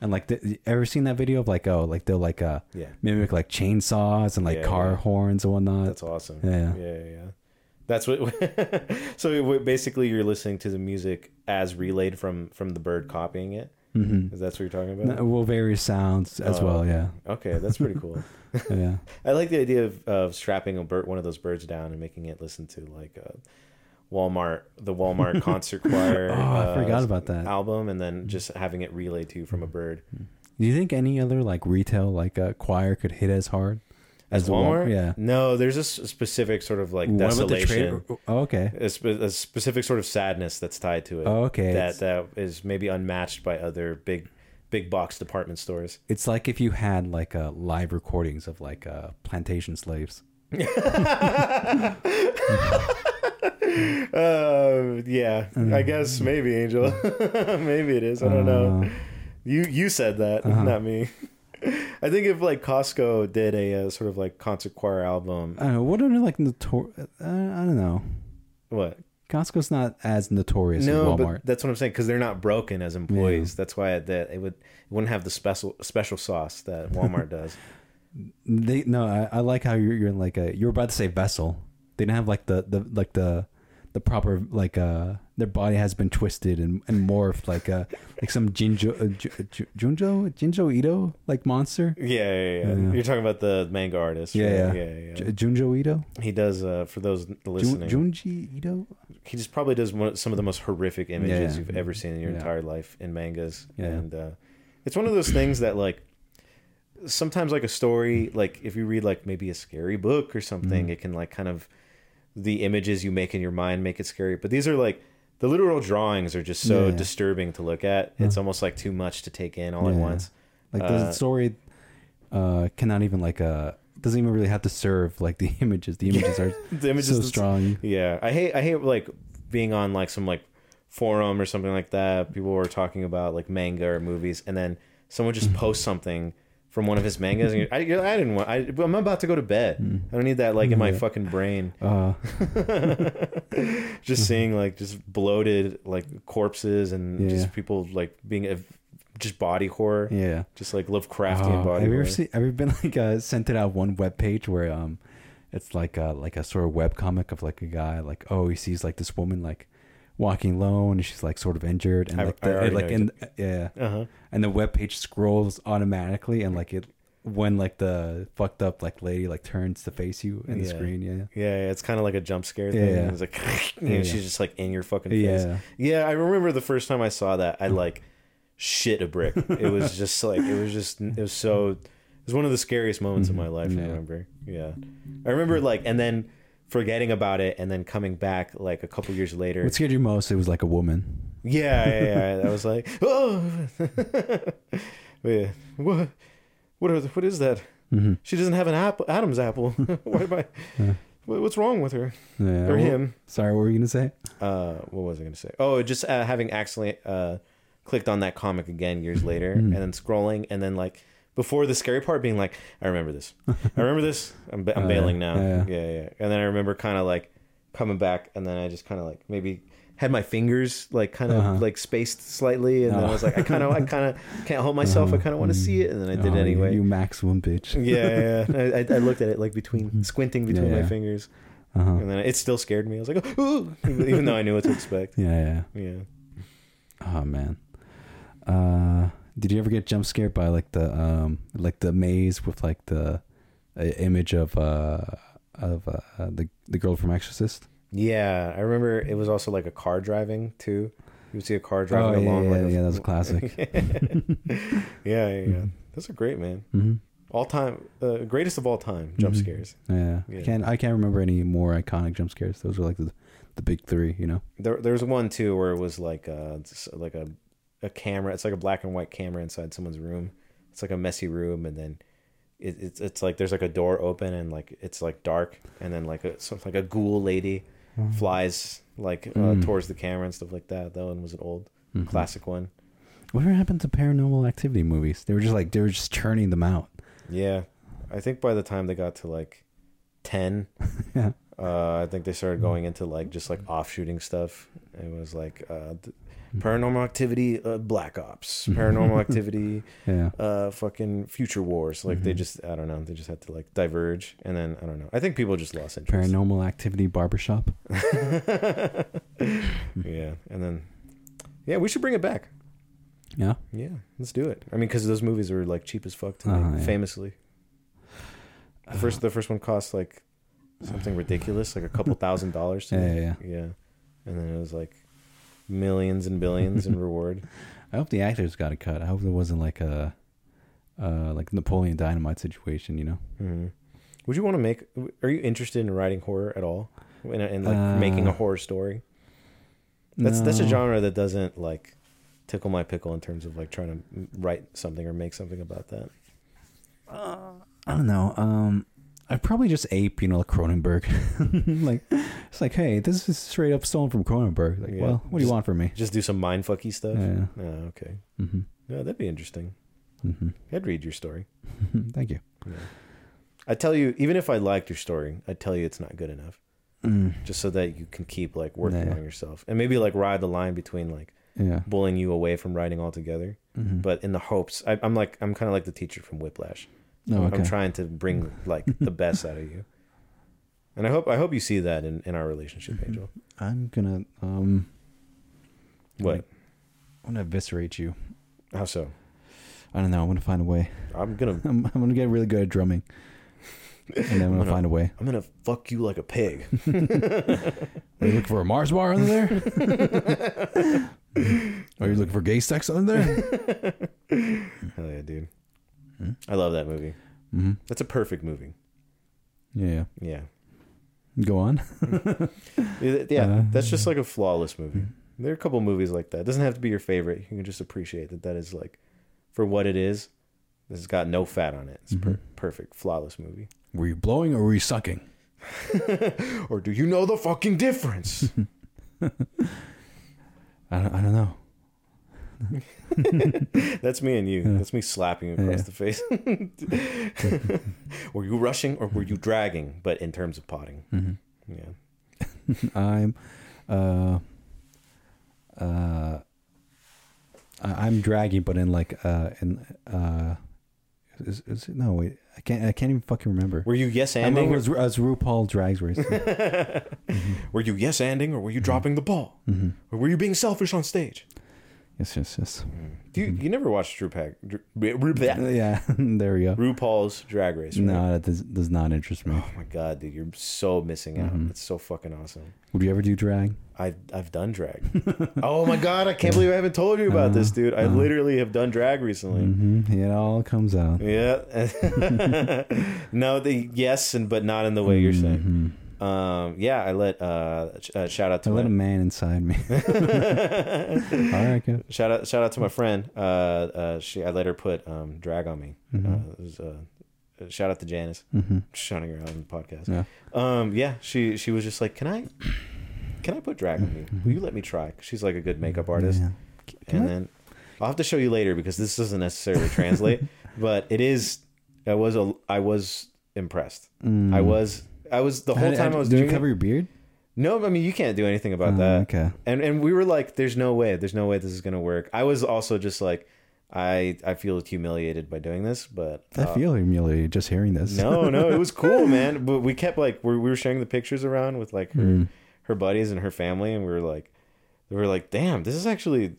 And like the, you ever seen that video of like oh like they'll like uh
Yeah.
mimic like chainsaws and like
Yeah,
car
yeah.
horns and whatnot.
That's awesome.
Yeah.
yeah, yeah. yeah. That's what. [laughs] so what- basically, you're listening to the music as relayed from from the bird copying it.
mm-hmm.
Is that what you're talking about?
Well various sounds as
Oh, [laughs]
well, yeah.
Okay, that's pretty
[laughs]
cool.
Yeah.
I like the idea of, of strapping a bird, one of those birds down, and making it listen to like, uh, Walmart, the Walmart
[laughs]
concert choir. uh,
Oh, I forgot about that. Mm.
album, and then just having it relayed to you from a bird.
Do you think any other like retail like uh, choir could hit as hard
As
the Walmart?
Walmart,
Yeah.
no, there's a s- specific sort of like
What about the
desolation.
trade? Oh, okay.
a, spe- a specific sort of sadness that's tied to it.
Oh, okay.
that
It's-
that is maybe unmatched by other big, big box department stores.
It's like if you had like uh, live recordings of like uh, plantation slaves.
Uh, yeah, I
Mm.
guess maybe Angel, [laughs] maybe it is. I don't
Uh.
know. You you said that,
Uh-huh.
not me. [laughs] I think if like Costco did a uh, sort of like concert choir album,
I don't know. What are like notor? Uh, I don't know.
what?
Costco's not as notorious
No,
as Walmart.
but that's what I'm saying because they're not broken as employees. That's why it, that it would it wouldn't have the special special sauce that
[laughs]
Walmart does.
They no. I, I like how you're you're like a you're about to say vessel. They didn't have like the the like the the proper like uh their body has been twisted and, and morphed like uh like some Jinjo uh, Ju- Ju- Junjo Jinjo Ito like monster.
Yeah, yeah, yeah.
Yeah.
You're talking about the manga artist.
Yeah,
right?
yeah.
yeah, yeah.
J- Junjo Ito.
He does. Uh, for those
Jun-
listening,
Junji Ito.
he just probably does one, some of the most horrific images
Yeah.
you've ever seen in your
Yeah.
entire life in mangas.
Yeah.
And uh, it's one of those things that like sometimes like a story, like if you read like maybe a scary book or
Mm.
something, it can like kind of the images you make in your mind make it scary. But these are like the literal drawings are just so
Yeah.
disturbing to look at. It's almost like too much to take in all at
Yeah.
once.
Like the story uh, cannot even like uh doesn't even really have to serve like the [laughs] images. The images are
[laughs] The images
so strong.
Yeah, I hate I hate like being on like some like forum or something like that. People were talking about like manga or movies, and then someone just
Mm-hmm.
posts something from one of his mangas, and you're, I, you're- I didn't want. I, I'm about to go to bed. I don't need that like in my fucking brain.
[laughs]
[laughs]
Uh,
Just seeing like just bloated like corpses and
Yeah.
just people like being a, just body horror.
yeah.
Just like Lovecraftian
Oh,
body
have you
horror.
ever seen? Have you been [laughs] like uh, sent it out one web page where um, it's like a like a sort of web comic of like a guy like oh he sees like this woman like walking alone and she's like sort of injured and
I-
like
I
the,
already
like
know
in yeah
uh-huh.
and the web page scrolls automatically and like it when like the fucked up like lady like turns to face you in the
Yeah.
screen yeah
Yeah, yeah, it's kind of like a jump scare thing.
Yeah.
And It's like, [laughs] you know,
Yeah.
she's just like in your fucking face.
Yeah.
Yeah. I remember the first time I saw that, I like shit a brick. It
[laughs]
was just like, it was just, it was so, it was one of the scariest moments in my life.
Mm-hmm. Yeah.
I remember. Yeah. I remember like, and then forgetting about it and then coming back like a couple years later.
what scared you most it was like a woman
Yeah, yeah, yeah.
[laughs]
yeah. I was like, [laughs] oh, yeah. what? What? Are the, what is that?
Mm-hmm.
She doesn't have an apple, Adam's apple. [laughs] Why am I? what- What's wrong with her
yeah,
or
well,
him?
sorry what were you gonna say
Uh, what was I going to say? Oh, just uh, having accidentally uh, clicked on that comic again years
Mm-hmm.
later, and then scrolling, and then like before the scary part, being like, I remember this. I remember this. I'm, ba- I'm
[laughs] Oh,
bailing
yeah.
now.
Yeah,
Yeah, yeah. And then I remember kind of like coming back, and then I just kind of like maybe had my fingers like kind of
Uh-huh.
like spaced slightly, and then I was like, I kind of, I kind of can't hold myself. I kind of want to see it, and then I did
Uh-huh. Oh, you-
anyway.
you, maximum
[laughs]
bitch
yeah, yeah, yeah.
[laughs]
I, I- I looked at it like between squinting between
Mm-hmm. Yeah, yeah.
my fingers,
uh-huh.
and then it still scared me. I was like, [laughs] Ooh! even though I knew what to expect.
yeah yeah
Yeah.
Oh man. Uh did you ever get jump scared by like the um like the maze with like the uh, image of uh of uh, the the girl from Exorcist?
Yeah, I remember it was also like a car driving too. You would see a car driving
Oh, yeah,
along.
yeah,
like a-
yeah, that was a
[laughs]
classic. Mm-hmm.
yeah, yeah, yeah. Those are great, man.
Mhm.
All time, uh, greatest of all time jump scares.
Mm-hmm. Yeah. I
Yeah.
can't I can't remember any more iconic jump scares. Those were like the, the big 3, you know.
There, there was one too where it was like a, like a a camera. It's like a black and white camera inside someone's room. It's like a messy room, and then it, it's it's like there's like a door open and like it's like dark, and then like a some, like a ghoul lady
Mm.
flies like uh, towards the camera and stuff like that. That one was an old
Mm-hmm.
classic one.
Whatever happened to paranormal activity movies? They were just like they were just churning them out. [laughs]
Yeah, I think by the time they got to like ten,
Yeah.
uh, I think they started going into like just like offshooting stuff. It was like uh, th- Paranormal Activity, uh, Black
[laughs]
Ops, Paranormal Activity,
Yeah.
uh, fucking Future Wars. Like
Mm-hmm.
they just, I don't know, they just had to like diverge, and then I don't know. I think people just lost interest.
Paranormal activity barbershop.
[laughs] yeah, and then yeah, we should bring it back.
Yeah.
Yeah, let's do it. I mean, because those movies were like cheap as fuck to make,
Uh-huh, yeah.
famously.
[laughs]
The first, the first one cost like something ridiculous, like a couple thousand dollars. To
Yeah,
make.
yeah,
yeah. and then it was like millions and billions
[laughs]
in reward.
I hope the actors got a cut. I hope there wasn't like a uh, like Napoleon Dynamite situation, you know?
Mhm. Would you want to make? Are you interested in writing horror at all? And, and like
Uh,
making a horror story? That's that's a
No.
genre that doesn't like tickle my pickle in terms of like trying to m- write something or make something about that.
I don't know. Um, I probably just ape, you know, like Cronenberg. [laughs] like it's like, hey, this is straight up stolen from Cronenberg. Like,
Yeah.
well, what do you
Just-
want from me?
Just do some mind fucky stuff.
Yeah.
Oh, okay.
hmm
Yeah, that'd be interesting.
hmm
I'd read your story.
Mm-hmm. [laughs] Thank you.
Yeah. I tell you, even if I liked your story, I'd tell you it's not good enough.
Mm,
Just so that you can keep like working
Yeah.
on yourself. And maybe like ride the line between like
yeah.
bullying you away from writing altogether.
Mhm.
But in the hopes I, I'm like I'm kinda like the teacher from Whiplash.
Oh,
I'm-
okay.
I'm trying to bring like
[laughs]
the best out of you. And I hope I hope you see that in, in our relationship,
Mm-hmm.
Angel.
I'm gonna um,
What?
I'm gonna eviscerate you.
How so?
I don't know. I'm gonna find a way. [laughs]
I'm gonna
I'm, I'm gonna get really good at drumming, and then I'm gonna [laughs]
gonna-
find a way.
I'm gonna fuck you like a
[laughs]
pig.
Are you looking for a Mars bar under there? [laughs] Are you looking for gay sex under [laughs] there?
[laughs] Hell yeah, dude. I love that movie.
hmm
That's a perfect movie.
Yeah.
Yeah.
Go on.
Yeah, yeah,
Uh,
that's just like a flawless movie.
Mm-hmm.
There are a couple movies like that. It doesn't have to be your favorite. You can just appreciate that that is like for what it is. This has got no fat on it. It's per-
Mm-hmm.
perfect, flawless movie. [laughs]
Were you blowing or were you sucking?
Or do you know the fucking difference? [laughs]
I don't, I don't know.
that's me and you. That's me slapping you across
Yeah.
the face. [laughs] were you rushing or were you dragging? But in terms of potting, yeah.
Mm-hmm. [laughs] I'm, uh, uh, I- I'm dragging, but in like, uh, in, uh, is, is it, no, wait, I can't, I can't even fucking remember.
Were you yes
I remember [laughs]
anding?
as, as RuPaul drags
[laughs]
race. Mm-hmm.
Were you yes anding or were you dropping the ball? Or were you being selfish on stage?
yes, yes, yes.
Do
Mm-hmm.
you, you never watched Drew Pack? Drew, Drew-
Uh, Yeah, [laughs] there we go.
RuPaul's Drag Race. right?
No, that does, does not interest me.
Oh my god, dude, you're so missing out.
Mm-hmm.
It's so fucking awesome.
Would you ever do drag?
I've I've done drag. [laughs] oh my god, I can't believe I haven't told you about this, dude. I literally have done drag recently.
[laughs] Mm-hmm. It all comes out.
Yeah. [laughs] no, the yes and but not in the way you're saying. Um, yeah, I let uh, sh- uh shout out
Mm-hmm. I
to
let a
my,
man
[laughs]
inside me. [laughs] all right, good.
shout out shout out to my friend. Uh, uh, she I let her put um drag on me. Uh, it was, uh, shout out to Janice.
Mm-hmm.
shouting her out on the podcast.
Yeah.
Um, yeah, she she was just like, "Can I, can I put drag on you? Will you let me try?" 'Cause She's like a good makeup artist,
Yeah. Can
and
I-
then I'll have to show you later because this doesn't necessarily
[laughs]
translate. but it is. I was a. I was impressed. I
Mm.
was. I was the whole
How-
time I,
how-
was
did
doing
you cover your beard?
it- No, I mean you can't do anything about
Oh,
that.
okay.
And and we were like, "There's no way. There's no way this is gonna work." I was also just like, I I feel humiliated by doing this, but uh,
I feel humiliated just hearing [laughs] this.
No, no, it was cool, man. But we kept like we we were sharing the pictures around with like her
Mm.
her buddies and her family, and we were like, we were like, damn, this is actually.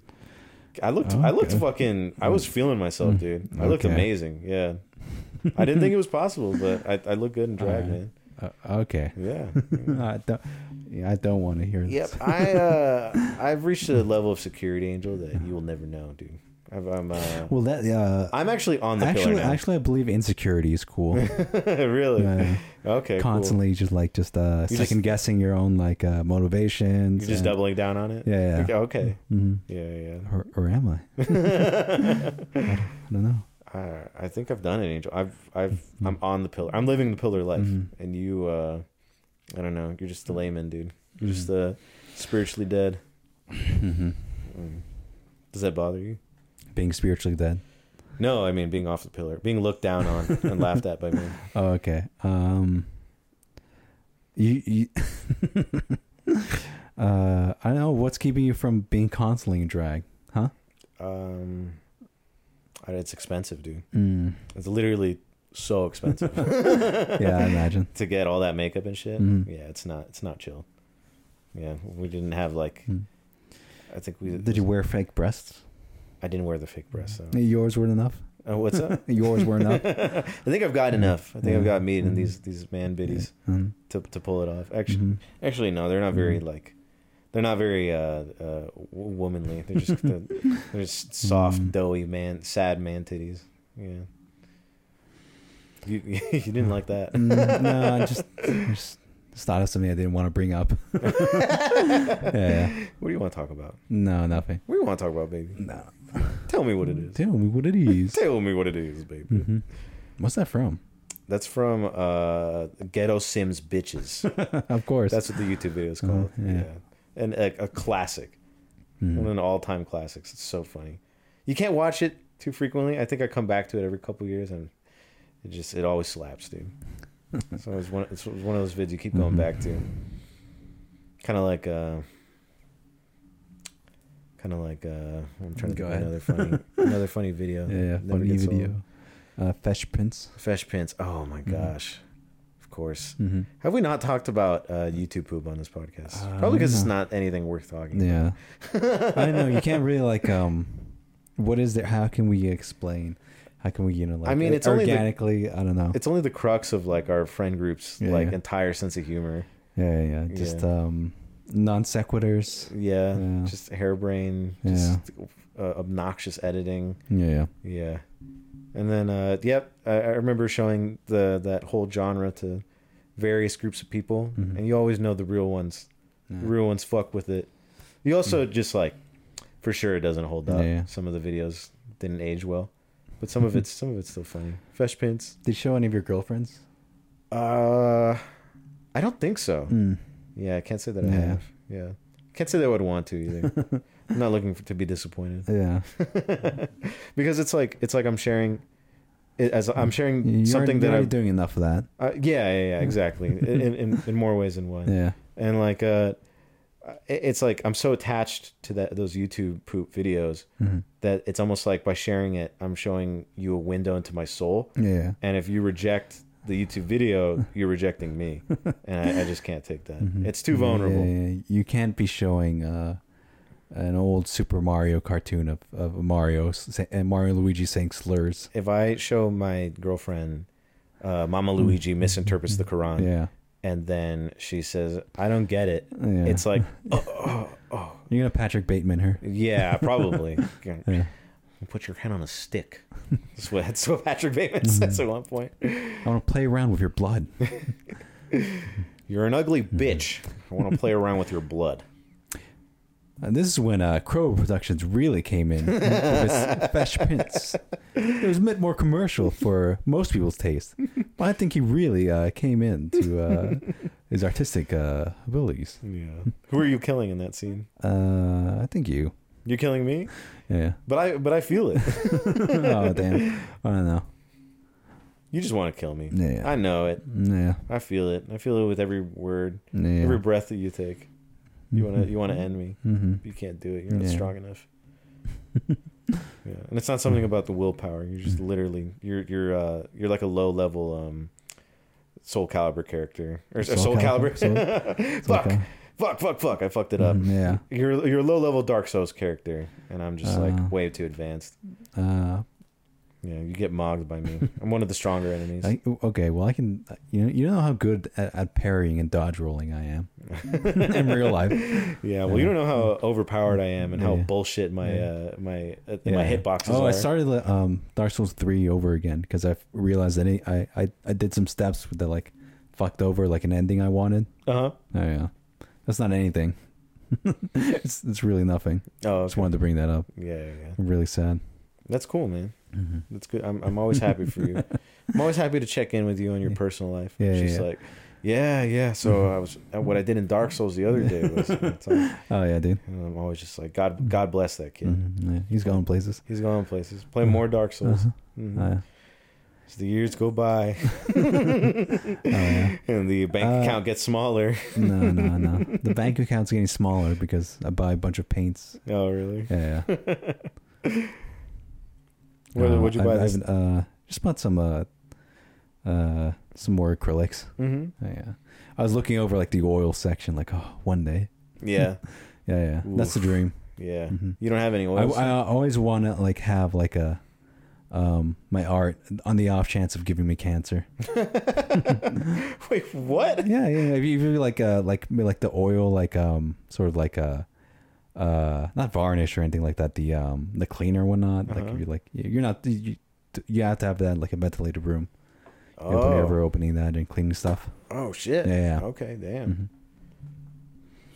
I looked, I looked
Okay. Mm.
fucking, I was feeling myself, dude. I looked
Okay.
amazing. Yeah, I didn't think it was possible, but I, I look good in drag, man.
Uh, okay. [laughs]
Yeah.
I don't. Yeah, I don't want to hear this.
Yep. I uh, I've reached a level of security, Angel, that you will never know, dude. I've, I'm uh,
Well, that uh,
I'm actually on the
actually,
pillar
actually, I believe insecurity
[laughs]
is cool.
now. [laughs] really?
Yeah.
Okay. Constantly.
Constantly, just like just uh,
You just-
second guessing your own like uh, motivations.
You're just
and-
doubling down on it.
Yeah, yeah.
Okay. okay.
Mhm.
Yeah, yeah.
Or, or am I? I [laughs] don't know.
[laughs] I, I think I've done it, Angel. I've I've
Mm-hmm.
I'm on the pillar. I'm living the pillar life, and you, uh, I don't know. You're just a layman, dude. You're
Mm-hmm.
just uh, spiritually dead. Mm. Does that bother you?
Being spiritually dead.
No, I mean being off the pillar, being looked down on
[laughs]
and laughed at by me.
Oh, okay. Um, you, you [laughs] uh, I don't know what's keeping you from being constantly in drag, huh?
Um, I- it's expensive, dude.
Mm.
It's literally so expensive
[laughs] Yeah, I imagine.
to get all that makeup and shit.
Mhm.
Yeah, it's not. It's not chill. Yeah, we didn't have like.
Mm.
I think [laughs] we
Did you wear fake breasts?
I didn't wear the fake breasts. So.
Yours weren't enough.
Oh, what's
[laughs]
up?
Yours weren't
[laughs]
enough.
I think I've got enough. I think I've
Yeah. Mm-hmm.
got meat in these these man biddies
Mm. Mm-hmm.
to to pull it off. Actually, actually no, they're not very like. they're not very uh, uh, w- womanly. They're
[laughs]
just the, they're just
Mm-hmm.
soft, doughy man, sad man titties. Yeah. You [laughs] you didn't like that.
Mm, no, I just, I just just thought of something I didn't want to bring up. yeah, [laughs] yeah.
What do you want to talk about?
No, nothing.
What do you want to talk about, baby?
No.
Tell me what it is.
Tell me what it is.
Tell me what it is, baby.
Mhm. What's that from?
That's from uh, Ghetto Sims Bitches.
of course.
That's what the YouTube video is called.
[laughs] Uh-huh, yeah.
yeah. And a, a classic.
Mhm.
One of the all time classics. It's so funny. You can't watch it too frequently. I think I come back to it every couple years and it just, it always slaps,
[laughs]
dude. it's always one, it's one of those vids you keep going
Mhm.
back to. Kind of like, uh, kind of like, uh, I'm trying to
Go
think of
ahead.
another
[laughs]
funny, another funny video.
yeah, yeah
Never
funny
gets old.
video. Uh, Fesh Prince.
Fesh Pants. Oh my
Mhm.
gosh. Of course.
Mm-hmm.
Have we not talked about uh, YouTube poop on this podcast?
Uh,
Probably because it's
no.
not anything worth talking about.
Yeah. I know
[laughs]
you can't really like um what is there how can we explain how can we you know like
I mean, it's only the-
organically I don't know.
It's only the crux of like our friend group's
Yeah,
like
yeah.
entire sense of humor.
yeah, yeah, yeah. Just
Yeah.
um non sequiturs.
Yeah,
Yeah.
just hairbrain, just uh, obnoxious editing.
Yeah, yeah.
Yeah, and then uh, yep, I, I remember showing the that whole genre to various groups of people,
Mhm.
and you always know the real ones.
Yeah. Mm.
Real ones fuck with it. You also just like for sure it doesn't hold up.
Yeah.
Some of the videos didn't age well, but some
[laughs]
of it's some of it's still funny. Fesh pins.
Did you show any of your girlfriends?
Uh, I don't think so.
Mm.
Yeah, I can't say that I
Yeah.
have. Yeah, can't say that I would want to either.
[laughs]
I'm not looking for, to be disappointed
Yeah.
[laughs] because it's like it's like I'm sharing it as I'm sharing something
You're, Something
that
you're
I
already doing enough of that.
uh, yeah yeah yeah
[laughs]
exactly in, in in more ways than one
Yeah.
and like uh it- it's like I'm so attached to that those YouTube poop videos
Mhm.
that it's almost like by sharing it I'm showing you a window into my soul
Yeah.
and if you reject the YouTube
[laughs]
video, you're rejecting me, and I, I just can't take that. It's too vulnerable.
Mm-hmm. Yeah, yeah, yeah. You can't be showing uh, an old Super Mario cartoon of, of Mario s- and Mario and Luigi saying slurs.
If I show my girlfriend, uh, Mama
Mm-hmm.
Luigi misinterprets the Quran,
Yeah.
and then she says, "I don't get it,"
Yeah.
it's
[laughs]
like, oh,
You're gonna Patrick
[laughs]
Bateman her.
yeah, probably.
Yeah.
Put your head on a stick. That's what, that's what Patrick
Mm-hmm.
Bateman says at one point.
I want to play around with your blood.
You're an ugly
Mm-hmm.
bitch. I want to play around with your blood.
And this is when uh, Crow Productions really came
[laughs]
in with its Fresh Prince. It was a bit more commercial for most people's taste, but I think he really uh, came in to uh, his artistic uh, abilities.
Yeah. Who are you killing in that scene?
Uh, I think you.
You're killing me, [laughs]
Yeah.
but I but I feel it.
oh damn. I don't know.
You just want to kill me.
Yeah.
I know it.
Yeah.
I feel it. I feel it with every word,
Yeah.
every breath that you take. You wanna you wanna end me.
Mm-hmm.
You can't do it. You're not
Yeah.
strong
[laughs]
enough. yeah, and it's not something about the willpower. You're just literally you're you're uh you're like a low level um Soul Caliber character or uh, Soul, Caliber. [laughs] fuck,
Cal-
fuck, fuck, fuck! I fucked it up.
Mm, yeah.
You're you're a low level Dark Souls character, and I'm just
Uh.
like way too advanced.
Uh,
Yeah, you get mogged by me. I'm one of the stronger enemies.
I, [laughs] okay. Well, I can. You know, you know how good at, at parrying and dodge rolling
[laughs]
I am in real life.
Yeah, well, you don't know how overpowered I am and how
Yeah.
bullshit my uh, my uh, my hitboxes
Oh,
are.
I started like, um, Dark Souls three over again because I realized that I, I I I did some steps that like fucked over like an ending I wanted.
Uh huh.
Oh yeah, that's not anything. [laughs] it's it's really nothing.
Oh,
Just
okay.
wanted to bring that up.
yeah, yeah, yeah.
I'm really sad.
That's cool, man. That's good. I'm I'm always happy for
[laughs]
you. I'm always happy to check in with you on your personal life.
Yeah,
It's
yeah,
just
yeah. Mm-hmm.
like, yeah, yeah. So I was uh, what I did in Dark Souls the other day
[laughs]
was. it's like-
Oh yeah, dude.
and I'm always just like, God, God bless that kid.
Mhm, yeah, he's going places.
He's going places. Play more Dark Souls. Mhm.
Oh, yeah.
As the years go by, [laughs] and the bank
Uh,
account gets smaller. [laughs]
Oh, No, no, no. The bank account's getting smaller because I buy a bunch of paints.
Oh, really?
Yeah.
[laughs]
yeah.
What,
Uh,
would you buy
I've,
this?
I've, uh, just bought some uh, uh, some more acrylics.
hmm
Oh, yeah. I was looking over like the oil section, like oh, one day.
Yeah,
Yeah,
[laughs]
yeah. That's the dream.
yeah.
Mhm.
You don't have any
I,
oils.
I always want to like have like a um, my art on the off chance of giving
[laughs]
me cancer.
Wait, what?
Yeah, yeah. If you if you like uh like like the oil like um sort of like a uh not varnish or anything like that the um the cleaner or whatnot
Uh-huh.
like if you like you're not you, you have to have that in, like a ventilated room. You know,
Oh.
whenever opening that and cleaning stuff. Mm-hmm.
Oh shit.
Yeah, yeah.
Okay, damn.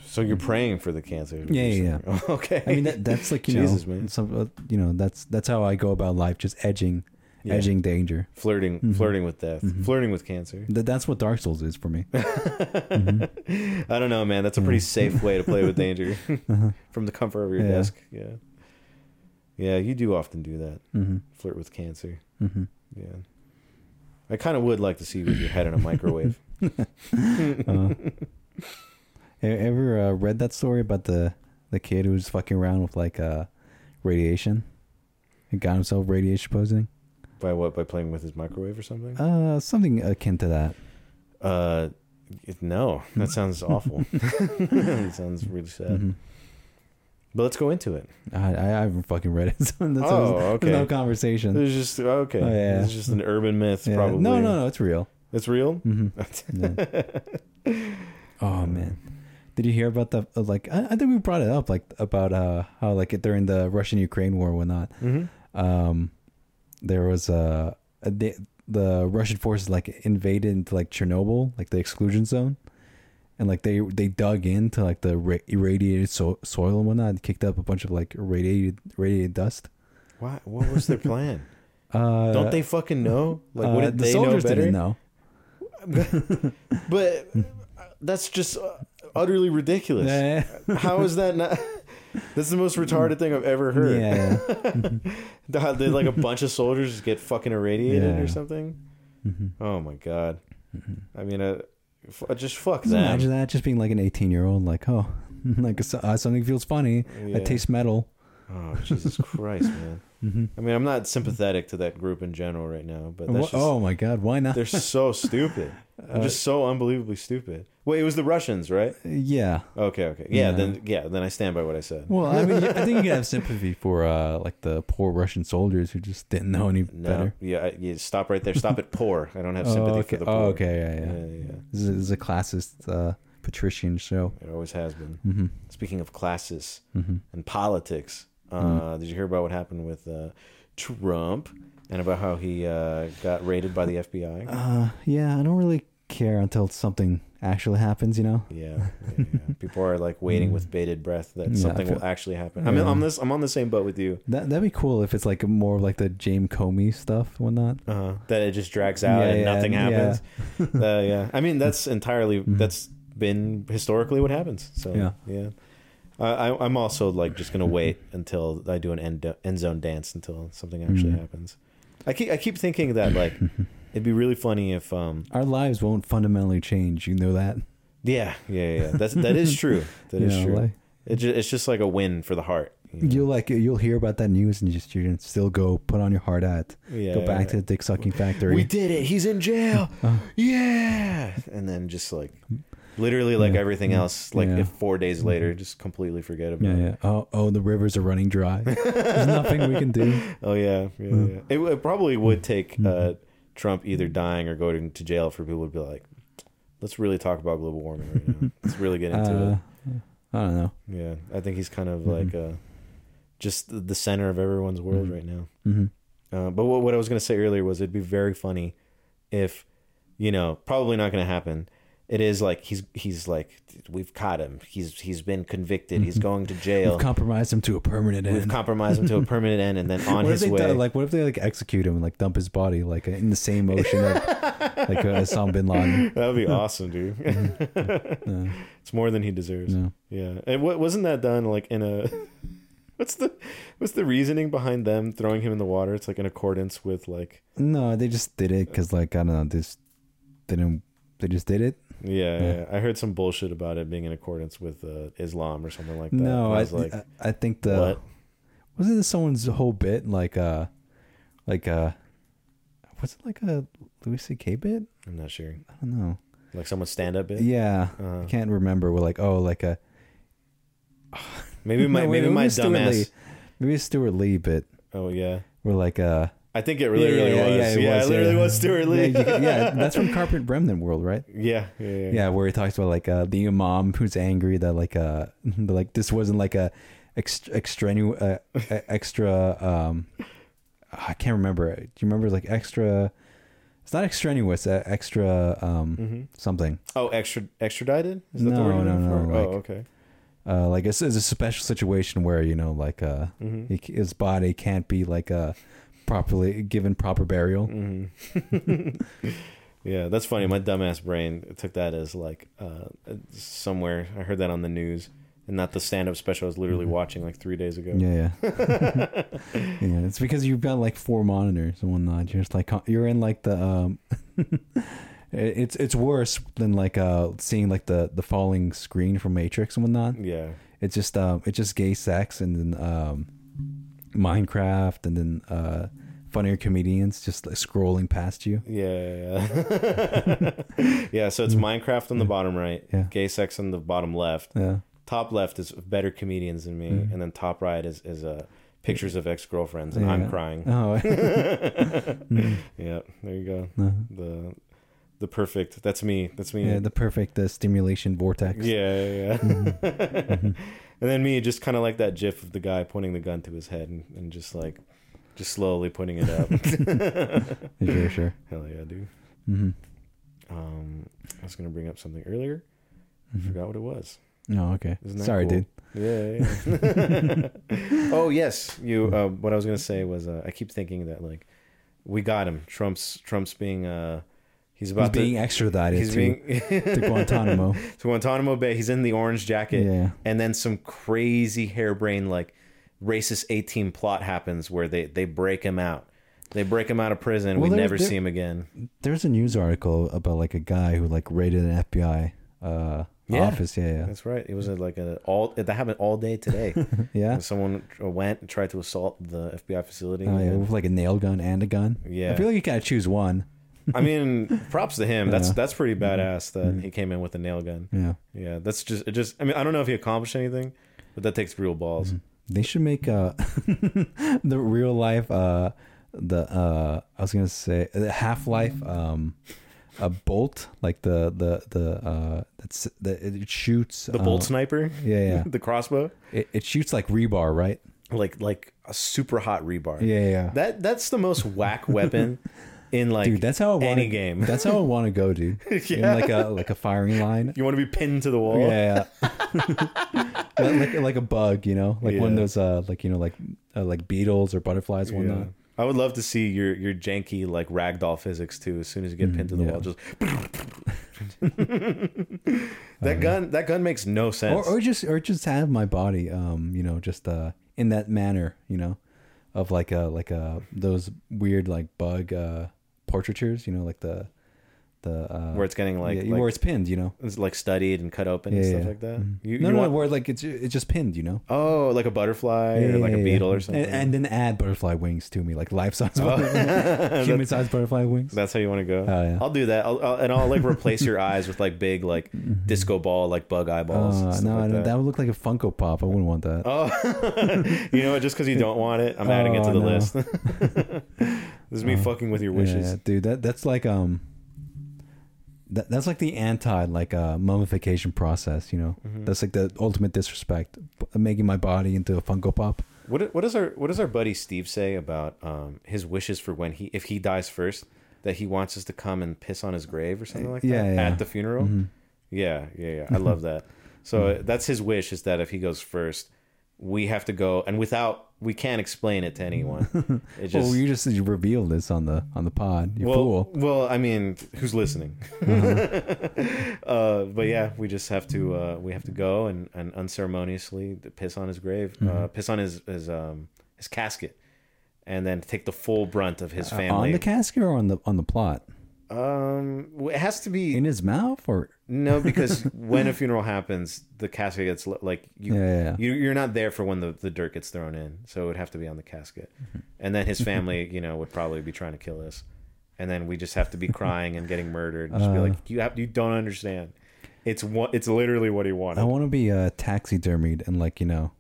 So you're praying for the cancer? is what
Mm-hmm. Yeah,
you're
yeah,
saying. [laughs] Okay.
I mean that, that's like you
Jesus,
know
man.
some uh, you know that's that's how I go about life just edging
Yeah.
edging danger.
flirting,
Mm-hmm.
flirting with death, flirting with cancer.
That that's what Dark Souls is for me. Mm-hmm.
[laughs] I don't know, man. That's a pretty safe way to play
[laughs]
with danger [laughs]
Uh-huh.
from the comfort of your
Mm. Yeah.
desk. Yeah. Yeah, you do often do that.
hmm
Flirt with cancer.
hmm
Yeah. I kind of would like to see you with your head in a microwave.
[laughs]
[laughs]
Uh, ever uh, read that story about the the kid who was fucking around with like uh, radiation? And got himself radiation poisoning.
By what? By playing with his microwave or something?
Uh, something akin to that.
Uh, it- no, that sounds
[laughs]
awful. [laughs] it sounds really sad.
Mhm.
But let's go into it.
I, I haven't fucking read it. So [laughs] that's
Oh,
there's
okay.
No conversation.
There's just okay.
Oh, yeah.
It's just an urban myth,
Yeah.
probably.
No, no, no. It's real.
It's real.
hmm
[laughs]
Oh man, did you hear about the uh, like? I, I think we brought it up like about uh how like during the Russian Ukraine war and whatnot,
hmm
um, there was uh, a they, the Russian forces like invaded into like Chernobyl, like the exclusion zone, and like they they dug into like the ra- irradiated so- soil and whatnot, and kicked up a bunch of like radiated radiated dust.
Why, what was their plan?
Uh,
Don't they fucking know? Like,
uh,
wouldn't
the
they know
soldiers
better?
didn't know. [laughs]
But uh, that's just uh, utterly ridiculous.
Yeah,
How is that not? [laughs] That's the most retarded thing I've ever
yeah,
heard. [laughs]
yeah.
How Did like a bunch of soldiers just get fucking irradiated
Yeah.
or something?
Mhm.
Oh my god.
Mm-hmm.
I mean, uh, f- uh, just fuck
Just
them.
imagine that just being like an 18 year old, like, oh, [laughs] like so- uh, something feels funny.
Yeah.
I taste metal. Mm-hmm.
Oh Jesus Christ, man. I mean, I'm not sympathetic to that group in general right now, but that's
Wha-
just,
oh my god, why not?
they're
[laughs]
so stupid. They're just so unbelievably stupid. Wait, it was the Russians, right? [laughs]
Uh, Yeah.
Okay, okay, yeah,
Yeah.
Then yeah, then I stand by what I said.
Well, I mean, I think you
[laughs]
can have sympathy for uh, like the poor Russian soldiers who just didn't know any
no,
better.
yeah, I, yeah, stop right there. Stop at poor. I don't have sympathy
oh, okay.
for the poor.
Oh, okay, yeah, yeah.
yeah, yeah.
This, is, this is a classist uh, patrician show.
It always has been.
Mm-hmm.
Speaking of classes
Mm-hmm.
and politics, uh,
Mm.
did you hear about what happened with uh, Trump and about how he uh, got raided by the FBI?
[laughs] Uh, yeah, I don't really care until something actually happens, you know.
Yeah, yeah, yeah. people are like waiting with bated breath that
Mm. Yeah,
something
I feel-
will actually happen. I mean,
Yeah.
I'm this. I'm on the same boat with you.
That that'd be cool if it's like more of like the James Comey stuff, and whatnot.
Uh, that it just drags out
Uh-huh. Yeah,
and
yeah,
nothing
yeah. [laughs] Mm-hmm.
happens. Yeah. uh, yeah, I mean that's entirely that's been historically what happens. So
Yeah.
yeah, I, I- I'm also like just gonna wait until I do an end end zone dance until something actually
Mhm.
happens. I keep I keep thinking that like it'd be really funny if um
[laughs] Our lives won't fundamentally change. You know that.
yeah yeah yeah, yeah. that's that is true that
[laughs] You
is
know,
true.
like-
It ju- it's just like a win for the heart. you know?
You'll like you'll hear about that news and just you can still go put on your hard hat,
Yeah,
go back
yeah.
to the dick sucking factory.
We did it. He's in jail.
Uh-huh.
yeah. And then just like literally like
Yeah.
everything else, like
Yeah. Mm-hmm.
if four days later, just completely forget about
yeah,
it.
yeah. Oh, oh, the rivers are running dry. There's nothing we can
[laughs]
do. Mm-hmm.
Oh yeah, yeah, yeah. It, it probably would take uh, Trump either dying or going to jail for people to be like, let's really talk about global warming right
[laughs]
now. let's really get [laughs] into
Uh, Mm-hmm. I don't know.
it. Yeah, I think he's kind of like uh, just the- the center of everyone's world right now.
hmm
Uh, but what, what I was going to say earlier was it'd be very funny if, you know, probably not going to happen. It is like he's he's like we've caught him. He's he's been convicted.
[laughs]
He's going to jail.
We've compromised him to a permanent
We've
end.
compromised him to a permanent end,
[laughs]
and then on
what if
his
they
way.
do- like? What if they like execute him and like dump his body like in the same
[laughs]
ocean that, like uh, Osama bin Laden?
[laughs] That'd
[laughs]
be awesome, dude. it's more than he deserves.
No.
Yeah, and what wasn't that done like in a? [laughs] What's the what's the reasoning behind them throwing him in the water? It's like in accordance with like
No, they just did it because like I don't know, this didn't. They just did it.
yeah, yeah. I heard some bullshit about it being in accordance with uh, Islam or something like that.
No,
And
I,
was like,
I, I think the
What?
wasn't this someone's whole bit like uh like uh was it like a Louis C.K. bit?
I'm not sure.
I don't know.
Like someone's stand up bit.
Yeah, I
Uh,
can't remember. We're like, oh, like a
maybe my
No, wait,
maybe my
it's Stuart Lee.
dumbass.
Maybe it's Stuart Lee bit.
Oh yeah.
We're like, uh,
I think it really, really
yeah,
was. Yeah,
yeah, it
it,
was,
really
yeah.
was Stuart Lee. [laughs]
Yeah, you could- yeah, that's from Carpet Bremden World, right?
yeah, yeah, yeah.
Yeah, where he talks about like uh, the imam who's angry that like uh [laughs] that, like this wasn't like a extra extranu uh, e- extra um I can't remember. Do you remember like extra? It's not extraneous. Uh, extra um something.
Oh, extra, extradited? Is
No,
you're
no,
looking
no,
for?
like-
oh, okay.
Uh, like it's, it's a special situation where you know like uh
Mhm.
he c his body can't be like uh properly given proper burial.
Mm-hmm. [laughs] Yeah, that's funny. My dumbass brain took that as like uh, somewhere I heard that on the news, and not the stand-up special I was literally watching like three days ago.
Mm-hmm. Yeah, yeah. [laughs] yeah, it's because you've got like four monitors and whatnot. You're just like you're in like the um [laughs] it's it's worse than like uh seeing like the the falling screen from Matrix and whatnot.
Yeah,
It's just um it's just gay sex and then um Minecraft and then uh funnier comedians just like scrolling past you.
yeah, [laughs] yeah. yeah. Yeah, So it's Minecraft on the bottom right,
Mm. Yeah.
gay sex on the bottom left.
Yeah.
Top left is better comedians than me,
Mm.
and then top right is is uh, pictures of ex girlfriends, and
Yeah. Mm.
I'm [laughs] crying.
Oh, [laughs] Mm-hmm.
Yeah, there you go. [laughs]
uh,
The the perfect. That's me. That's me.
yeah, the Mm-hmm. perfect uh, stimulation vortex.
Yeah, yeah, yeah. [laughs] and then me, just kind of like that gif of the guy pointing the gun to his head and, and just like, just slowly putting it [laughs]
[laughs]
up.
Sure, sure.
Hell yeah, dude.
Mhm.
Um, I was gonna bring up something earlier. I forgot what it was.
Oh, okay.
Isn't that
Mm-hmm. Sorry,
cool?
dude.
Yeah. yeah,
[laughs]
yeah. oh yes, you. Uh, what I was gonna say was, uh, I keep thinking that like, we got him. Trump's Trump's being uh, he's
He's
about
being
to.
extradited
He's
to,
being [laughs]
to Guantanamo.
to Guantanamo Bay. He's in the orange jacket,
Yeah.
and then some crazy harebrained like racist eighteen plot happens where they they break him out. They break him out of prison.
Well,
we
there-
never
there-
see him again.
There's a news article about like a guy who like raided an FBI uh,
Yeah.
office. Yeah,
That's right. It was uh, like a all that happened all day today.
[laughs] yeah, yeah.
And Someone went and tried to assault the FBI facility.
Oh, yeah, with like a nail gun and a gun.
Yeah.
I feel like you gotta choose one.
I mean, props to him. That's
Yeah. Mm-hmm.
that's pretty badass that he came in with a nail gun.
Yeah,
Yeah, that's just it. Just I mean, I don't know if he accomplished anything, but that takes real
Mm-hmm.
balls.
they should make uh [laughs] the real life uh the uh I was gonna say the Half Life um a bolt like the the the uh that's the it shoots
The bolt sniper,
Uh, Yeah, yeah.
[laughs] the crossbow,
It, it shoots like rebar, right?
like like a super hot rebar.
Yeah, yeah.
That that's the most whack
[laughs]
weapon in like
Dude, that's how I want
any game.
That's how I want to go, dude.
Yeah.
In like a like a firing line.
[laughs] you want to be pinned to the wall.
Yeah, yeah. [laughs] like like a bug, you know, like one of
Yeah.
those uh like you know like uh, like beetles or butterflies,
Yeah.
whatnot.
I would love to see your your janky like ragdoll physics too. As soon as you get pinned to the
Mm, yeah.
wall,
[laughs]
just [laughs] that gun that gun makes no
Or
sense.
Uh, or just or just have my body, um, you know, just uh in that manner, you know, of like uh like uh those weird like bug uh portraitures, you know, like the the uh
where it's getting like,
yeah,
like
where it's pinned, you know.
it's like studied and cut open and
Yeah,
stuff
yeah.
like that. You,
no,
you
no,
want,
no, where like it's it's just pinned, you know.
oh, like a butterfly or like a
yeah,
beetle
yeah.
or something. Oh.
And, and then add butterfly wings to me, like life size,
[laughs]
[laughs] human size butterfly wings.
that's how you want to go.
Oh, yeah.
I'll do that, I'll, I'll, and I'll like replace your eyes with like big
[laughs]
like disco ball like bug eyeballs. and
Mm. Uh,
stuff
Mm-hmm. no,
like
no,
that. Oh,
that. would look like a Funko Pop. I wouldn't want that.
[laughs] you know what? Just because you don't want it, I'm adding it to
Oh,
the
no. Oh,
list. [laughs] this is me fucking with your wishes.
Yeah, dude, that that's like um, that, that's like the anti like uh mummification process. You know,
Mm-hmm.
that's like the ultimate disrespect, b- making my body into a Funko Pop.
What what does our what does our buddy Steve say about um, his wishes for when he if he dies first that he wants us to come and piss on his grave or something like
Yeah,
that
yeah. Mm-hmm.
at the funeral? Yeah, yeah, yeah. I love that. So uh, that's his wish is that if he goes first, we have to go and without we can't explain it to
[laughs]
anyone. It just
oh, you just you revealed this on the on the pod. You
well,
fool.
well, I mean, who's listening?
Mm-hmm.
[laughs] uh but yeah, we just have to uh, we have to go and, and unceremoniously piss on his grave,
Mm-hmm.
uh, piss on his his um, his casket, and then take the full brunt of his
Uh, On
family.
the casket or on the on the plot?
um, it has to be
In his mouth or
no,
[laughs]
because when a funeral happens, the casket gets l- like you,
Yeah, yeah, yeah.
you you're not there for when the, the dirt gets thrown in, so it would have to be on the casket,
Mm-hmm.
and then his
[laughs]
family, you know, would probably be trying to kill us, and then we just have to be crying and getting murdered, and just
Uh.
be like, you have you don't understand, it's what it's literally what he wanted.
I want to be uh, taxidermied and like you know,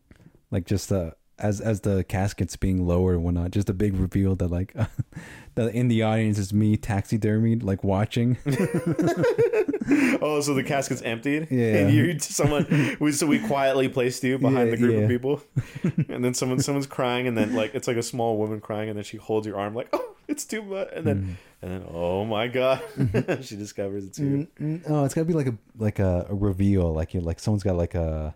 like just uh, as as the casket's being lowered and whatnot, just a big reveal that like [laughs] that in the audience is me taxidermied, like [laughs] watching.
Oh, so the casket's emptied. [laughs]
Yeah.
and you someone. We, so we quietly placed you behind
Yeah,
the group
yeah.
of people,
[laughs]
and then someone someone's crying, and then like it's like a small woman crying, and then she holds your arm like, oh, it's too much, and
Mm.
then and then oh my god, [laughs]
Mm-hmm.
she discovers it's
Mm,
you.
no, oh, it's gotta be like a like a, a reveal, like you like someone's got like a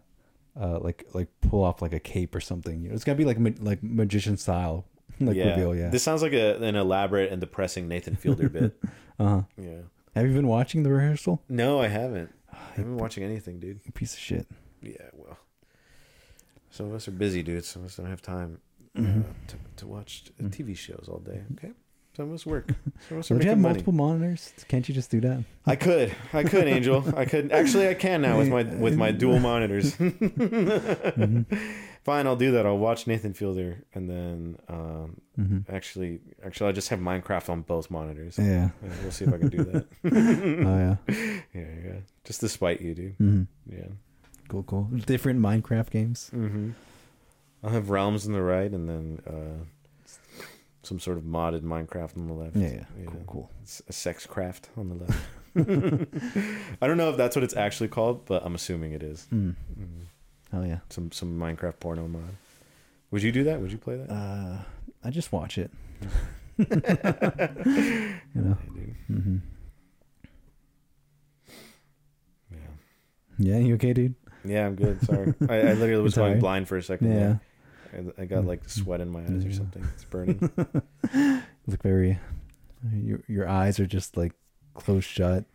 uh, like like pull off like a cape or something. You know, it's gotta be like ma- like magician style, [laughs] like
yeah.
reveal. Yeah.
this sounds like a, an elaborate and depressing Nathan Fielder
[laughs]
bit.
uh-huh.
Yeah,
Have you been watching the rehearsal?
no, I haven't. I haven't been watching anything, dude.
You piece of shit.
Yeah, well, some of us are busy, dude. Some of us don't have time uh,
Mm-hmm.
to, to watch t- TV shows all day. Okay, some of us work. Some of us are
So do you
making
have
money.
multiple monitors? Can't you just do that?
I could, I could,
[laughs]
Angel. I could actually. I can now with my with my dual monitors.
Mm-hmm.
[laughs] Fine, I'll do that. I'll watch Nathan Fielder, and then um,
Mm-hmm.
actually, actually, I just have Minecraft on both
[laughs]
monitors.
Yeah.
Yeah, We'll see if I can do that.
oh yeah.
yeah, yeah. Just to spite you, dude.
Mm-hmm.
Yeah.
Cool, cool. Different Minecraft games.
Mm-hmm. I'll have realms on the right, and then uh, some sort of modded Minecraft on the left.
Yeah, yeah. Cool, cool.
It's a sex craft on the left. [laughs] I don't know if that's what it's actually called, but I'm assuming it is.
Mm.
Mm.
Hell yeah.
Some some Minecraft porno mod. Would you do that? Would you play that?
Uh, I just watch it. [laughs] you know.
Yeah, dude.
hmm
Yeah.
Yeah. You okay, dude?
Yeah, I'm good. Sorry, I, I literally was
Sorry.
going blind for a second.
Yeah. [laughs]
there. I, I got like sweat in my eyes or
Yeah.
something. It's
[laughs]
burning.
Look very. Your your eyes are just like closed shut.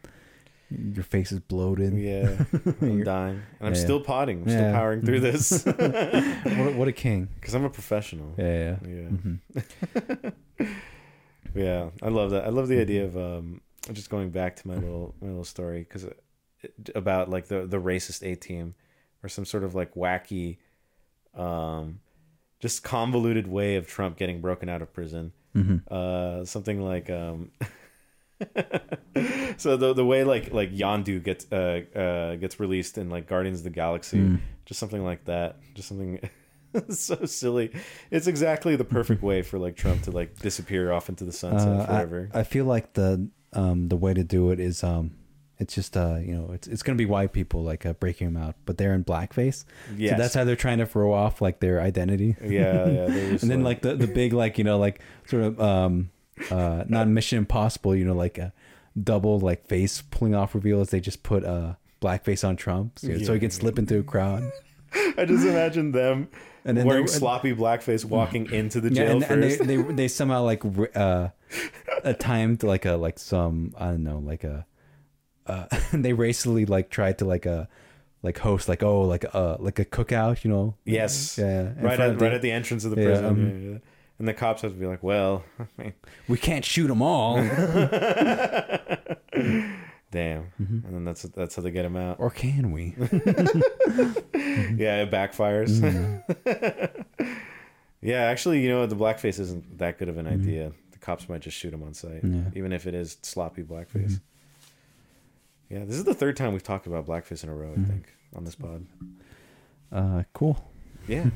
Your face is bloated. [laughs]
yeah, I'm
You're-
dying, and I'm
Yeah.
still potting. I'm still
Yeah.
powering
[laughs]
through this [laughs]
What a, what a king.
because I'm a professional.
Yeah. yeah.
yeah.
hmm
Yeah, I love that. I love the idea of um, just going back
[laughs]
to my little my little story because about like the the racist A team or some sort of like wacky, um, just convoluted way of Trump getting broken out of prison.
Mm-hmm.
Uh, something like um, [laughs] so the the way like like Yondu gets uh, uh gets released in like Guardians of the Galaxy,
Mm.
just something like that, just something [laughs] so silly. It's exactly the
[laughs]
perfect way for like Trump to like disappear off into the sunset
Uh,
forever.
I, I feel like the um the way to do it is um it's just uh you know it's it's gonna be white people like uh, breaking them out, but they're in blackface. Yeah,
Yes.
So that's how they're trying to throw off like their identity.
yeah, yeah. they're just
And then like the the big like you know like sort of um uh not Mission Impossible you know like a double like face pulling off reveal is they just put uh blackface on Trump so, so he can slip into a crowd.
I just imagine them
And then
wearing
they-
sloppy blackface, walking into the
Yeah,
jail
and, and they,
first.
they they somehow like re- uh, uh, timed like a like some I don't know like a uh, [laughs] they racily like tried to like uh like host like oh like uh like a cookout you know
[laughs] yes,
yeah in
right
front
at
of the-
right at the entrance of the
Yeah,
prison.
um,
yeah, yeah. And the cops have to be like, well, [laughs] I
[laughs]
mean,
we can't shoot them
[laughs]
all
damn.
Mm-hmm.
And then that's that's how they get him out.
or can we
Yeah, it backfires.
Mm-hmm.
[laughs] yeah, actually, you know, the blackface isn't that good of an idea. The cops might just shoot him on sight,
Mm-hmm. Yeah.
even if it is sloppy blackface.
Mm-hmm.
Yeah, this is the third time we've talked about blackface in a row, I think, on this pod.
uh cool [laughs]
Yeah.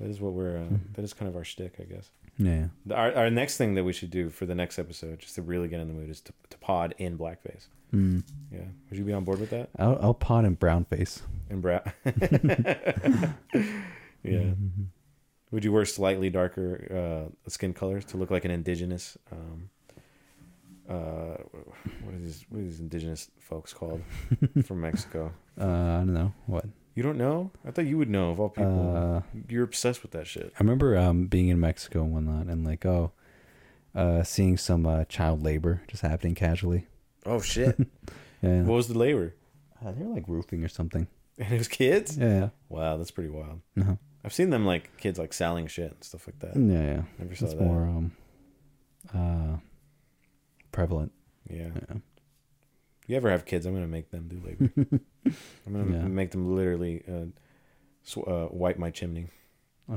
that is what we're, uh,
Mm-hmm.
that is kind of our shtick, I guess.
yeah
The- Our, our next thing that we should do for the next episode, just to really get in the mood, is to, to pod in blackface.
mm.
Yeah. Would you be on board with that?
I'll I'll pot in brown face
And bra. [laughs]
Mm-hmm.
yeah. Would you wear slightly darker uh, skin colors to look like an indigenous? Um, uh, what are these? What are these indigenous folks
[laughs]
called from Mexico?
uh I don't know what
You don't know? I thought you would know of all people.
uh.
You're obsessed with that shit.
I remember um, being in Mexico and whatnot, and like, oh, uh, seeing some uh, child labor just happening casually.
Oh
[laughs]
shit!
Yeah,
what was the labor? [laughs]
uh, they're like roofing or something.
And it was kids.
Yeah,
Wow, that's pretty wild.
yeah, uh
I've seen them like kids like selling shit and stuff like that.
yeah, yeah.
Never saw
It's
that.
more um, uh, prevalent.
Yeah.
Yeah.
you ever have kids, I'm gonna make them do
[laughs]
labor. I'm gonna
Yeah.
make them literally uh, sw- uh, wipe my chimney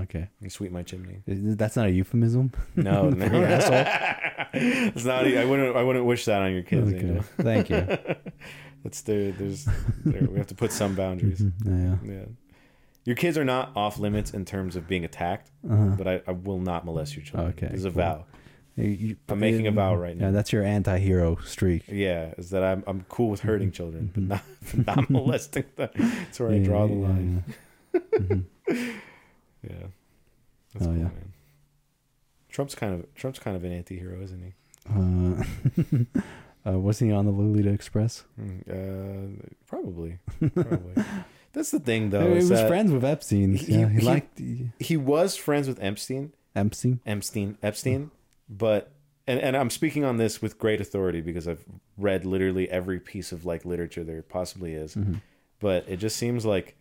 Okay,
and sweep my
[laughs]
chimney.
Is- that's not
[laughs]
a euphemism.
No, no,
You asshole.
[laughs] it's not. e, I wouldn't. I wouldn't wish that on your kids. You
Okay,
know? [laughs]
thank you. [laughs]
That's there. There's there, we have to put some boundaries.
Mhm. Yeah,
Yeah. Your kids are not off limits in terms of being attacked, but I, I will not molest your children.
Okay,
It's a
cool.
vow.
Uh-huh. You- you-
I'm making a vow right
Yeah,
now.
that's your anti-hero streak.
Yeah, is that I'm I'm cool with hurting children, but not but not [laughs] molesting
[laughs]
them. That's where I
Yeah,
draw the
Mm-hmm. yeah,
line.
yeah. Mhm.
Yeah. That's
Oh,
cool,
yeah.
man. Trump's kind of Trump's kind of an anti-hero, isn't he?
Uh, uh, [laughs] wasn't he on the Lolita Express?
Mm, Uh,
[laughs]
probably. Probably. That's the thing though.
he
is
was
that
friends with Epstein.
he-
yeah, he,
he-
liked
He was friends with Epstein,
Epstein.
Epstein, Epstein, but and, and I'm speaking on this with great authority because I've read literally every piece of like literature there possibly is. But it just seems like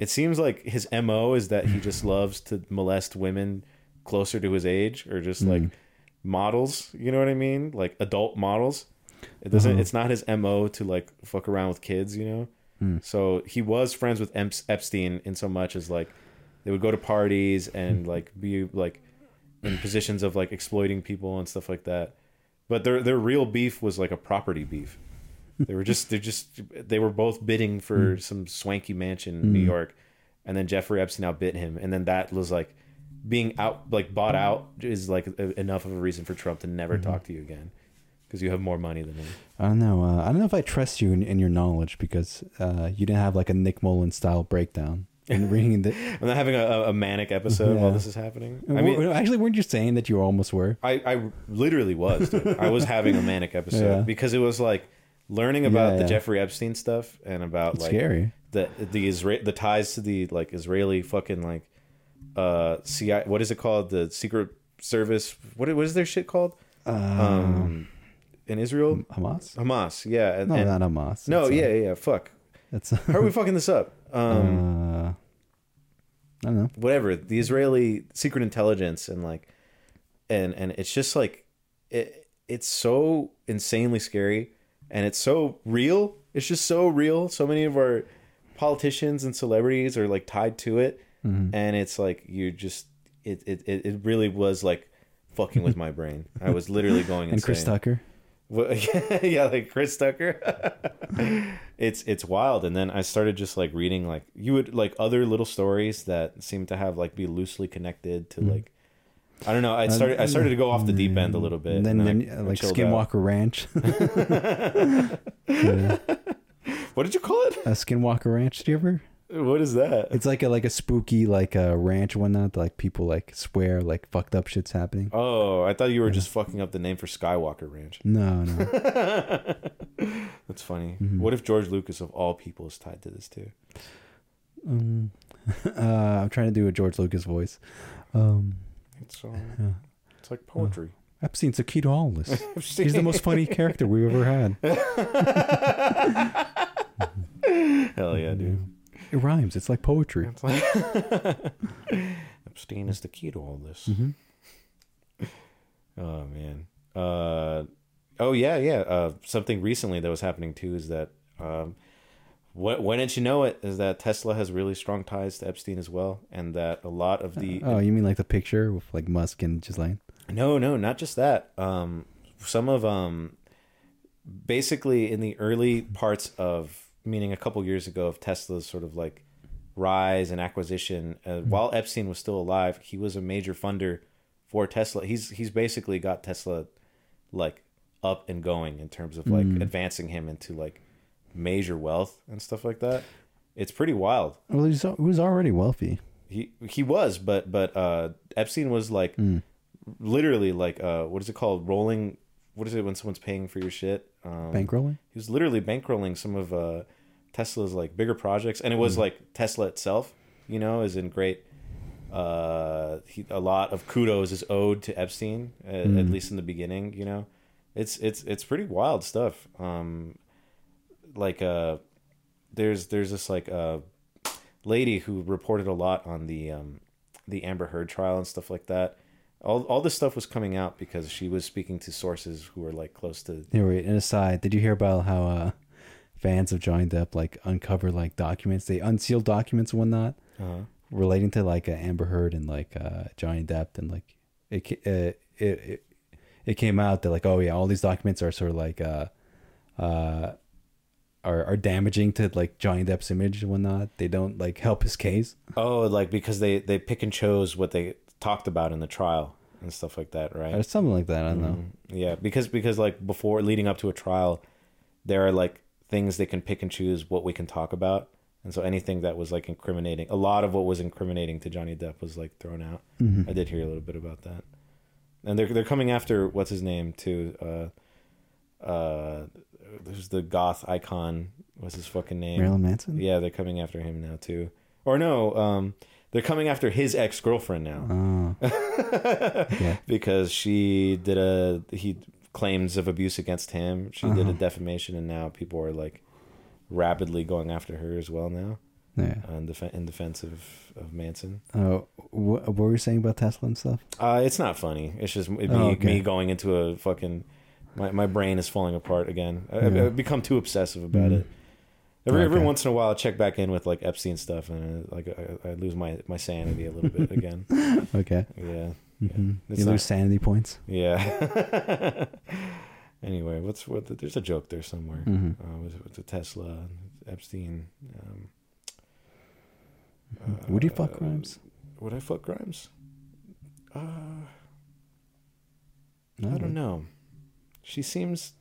it seems like his MO is that he just loves to molest women closer to his age or just like models, you know what I mean? Like adult models. It doesn't it's not his MO to like fuck around with kids, you know? So he was friends with Emps- Epstein in so much as like they would go to parties and like be like in positions of like exploiting people and stuff like that. But their their real beef was like a property beef. They were just they're just they were both bidding for some swanky mansion in New York, and then Jeffrey Epstein outbid him, and then that was like being out like bought out is like a, enough of a reason for Trump to never talk to you again because you have more money than him.
I don't know. Uh, I don't know if I trust you in, in your knowledge because uh, you didn't have like a Nick Mullen style breakdown
[laughs]
in reading the.
I'm not having a, a- a manic episode
Yeah.
while this is happening. I mean,
Well, actually, weren't you saying that you almost were?
I, I literally was. Dude.
[laughs]
I was having a manic episode
Yeah.
because it was like learning about
Yeah,
the
yeah.
Jeffrey Epstein stuff and about like
scary.
the the Isra- the ties to the like Israeli fucking like uh CI what is it called the secret service what what is their shit called
Uh,
um in Israel
Hamas?
Hamas yeah and,
No,
and-
not Hamas.
no
It's, uh,
yeah yeah yeah fuck
[laughs] That's
how are we fucking this
[laughs]
up um
uh, I don't know.
whatever the Israeli secret intelligence and like and and it's just like it it's so insanely scary and it's so real it's just so real so many of our politicians and celebrities are like tied to it
Mm-hmm.
and it's like you just it it it it really was like fucking with my brain i was literally going insane
[laughs] And Chris Tucker.
well, [laughs] yeah, like Chris Tucker. [laughs] it's it's wild. And then I started just like reading like you would like other little stories that seem to have like be loosely connected to like I don't know. I started I started to go off the deep end a little bit.
And Mm. then,
and I-
then uh,
I
like
chilled out.
Skinwalker Ranch. [laughs]
What did you call it?
a Skinwalker Ranch. Do you
[laughs]
ever?
What is that?
It's like a like a spooky like a ranch and whatnot. Like people like swear like fucked up shit's happening.
Oh, I thought you were just fucking up the name for Skywalker Ranch. [laughs]
No, no.
That's funny.
Mm-hmm.
What if George Lucas of all people is tied to this too?
um, [laughs] uh, I'm trying to do a George Lucas voice. Um,
It's um, it's like poetry.
Epstein's a key to
[laughs]
all this. He's the most funny character we've ever had.
Hell yeah, dude.
It rhymes. It's like poetry.
It's like- Epstein is the key to all this. Oh man. Uh, oh yeah, yeah. Uh, something recently that was happening too is that um, what why didn't you know it is that Tesla has really strong ties to Epstein as well, and that a lot of the
Oh, you mean like the picture with like Musk and Ghislaine?
no, no, not just that. Um, some of um, basically in the early parts of, meaning a couple years ago, of Tesla's sort of like rise and acquisition, uh, while Epstein was still alive, he was a major funder for Tesla. He's he's basically got Tesla like up and going in terms of like advancing him into like major wealth and stuff like that. It's pretty wild
Well, he's, he was already wealthy.
he he was but but uh epstein was like literally like uh what is it called rolling what is it when someone's paying for your shit um
Bankrolling?
he was literally bankrolling some of uh tesla's like bigger projects and it was like tesla itself you know is in great uh he, a lot of kudos is owed to epstein uh, at least in the beginning you know it's it's it's pretty wild stuff um like uh there's there's this like uh lady who reported a lot on the um, the Amber Heard trial and stuff like that. All all this stuff was coming out because she was speaking to sources who were like close to.
Anyway, an aside, did you hear about how uh, fans of Johnny Depp like uncover like documents? They unsealed documents and whatnot relating to like uh, Amber Heard and like uh, Johnny Depp, and like it, ca- uh, it it it came out that like oh yeah, all these documents are sort of like uh, uh, are, are damaging to like Johnny Depp's image and whatnot. They don't like help his case.
Oh, like because they they pick and chose what they talked about in the trial and stuff like that, right?
Or something like that. I don't
Mm-hmm.
know.
Yeah, because because like before leading up to a trial, there are like things they can pick and choose what we can talk about. And so anything that was like incriminating, a lot of what was incriminating to Johnny Depp was like thrown out. I did hear a little bit about that. And they're they're coming after what's his name too. Uh, uh, who's the goth icon? What's his fucking name?
Marilyn Manson?
Yeah, they're coming after him now too. Or no, um, they're coming after his ex girlfriend now
Oh. yeah.
because she did a he claims of abuse against him. She did a defamation, and now people are like rapidly going after her as well now
Yeah.
uh, in, def- in defense of, of Manson.
Uh, wh- what were you saying about Tesla
[laughs]
and stuff?
Uh, it's not funny. It's just me,
Oh, okay.
me going into a fucking. My, my brain is falling apart again. I, I've-
Yeah. Mm-hmm.
I've become too obsessive about it. Every, every
Okay.
once in a while, I check back in with like Epstein stuff, and uh, like I, I lose my, my sanity a little bit
[laughs]
again.
Okay.
Yeah,
hmm
It's
You
not-
lose sanity points.
yeah. [laughs] anyway, what's what? The, there's a joke there somewhere.
Mhm.
Uh, with, with the Tesla, and Epstein. Um,
Would you
uh,
fuck Grimes?
Would I fuck Grimes? Uh,
No,
I don't know. She seems.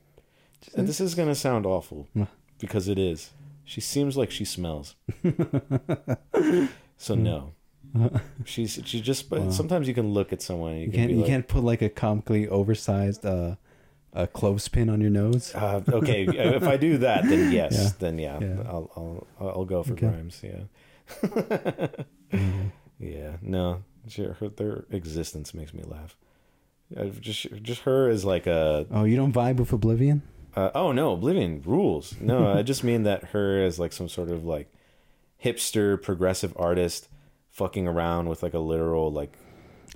She
and this is gonna sound awful
Huh.
because it is. She seems like she
[laughs]
smells. so no, she's she just. But
Wow.
sometimes you can look at someone. And you,
You
can
can't.
be
You
like,
can't put like a comically oversized uh, a clothespin on your nose.
Uh, okay, if
[laughs]
I do that, then yes,
Yeah.
then yeah,
Yeah.
I'll I'll I'll go for
Okay. Mm-hmm.
Grimes. Yeah, [laughs] yeah. No, she, her, their existence makes me laugh. Uh, just just her is like a
Oh, you don't vibe with Oblivion?
uh, oh no, Oblivion rules. [laughs] No, I just mean that her as like some sort of like hipster progressive artist fucking around with like a literal like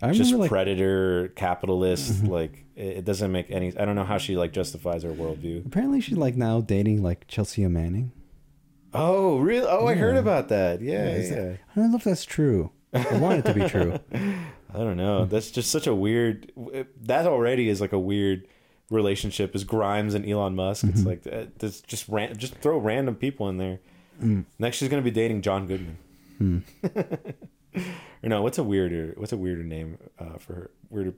I
just
remember like
predator capitalist like it, it doesn't make any I don't know how she like justifies her worldview.
apparently she's like now dating like Chelsea Manning.
Oh, really? Oh, I heard about that. Yeah,
Is
yeah.
that- I don't know if that's true. I want it to be
[laughs]
true.
I don't know.
Hmm.
That's just such a weird. That already is like a weird relationship. Is Grimes and Elon Musk? It's
Mm-hmm.
like uh, there's just ran, just throw random people in there.
Hmm.
Next, she's gonna be dating John Goodman. [laughs] or no, what's a weirder? What's a weirder name uh, for her, weirder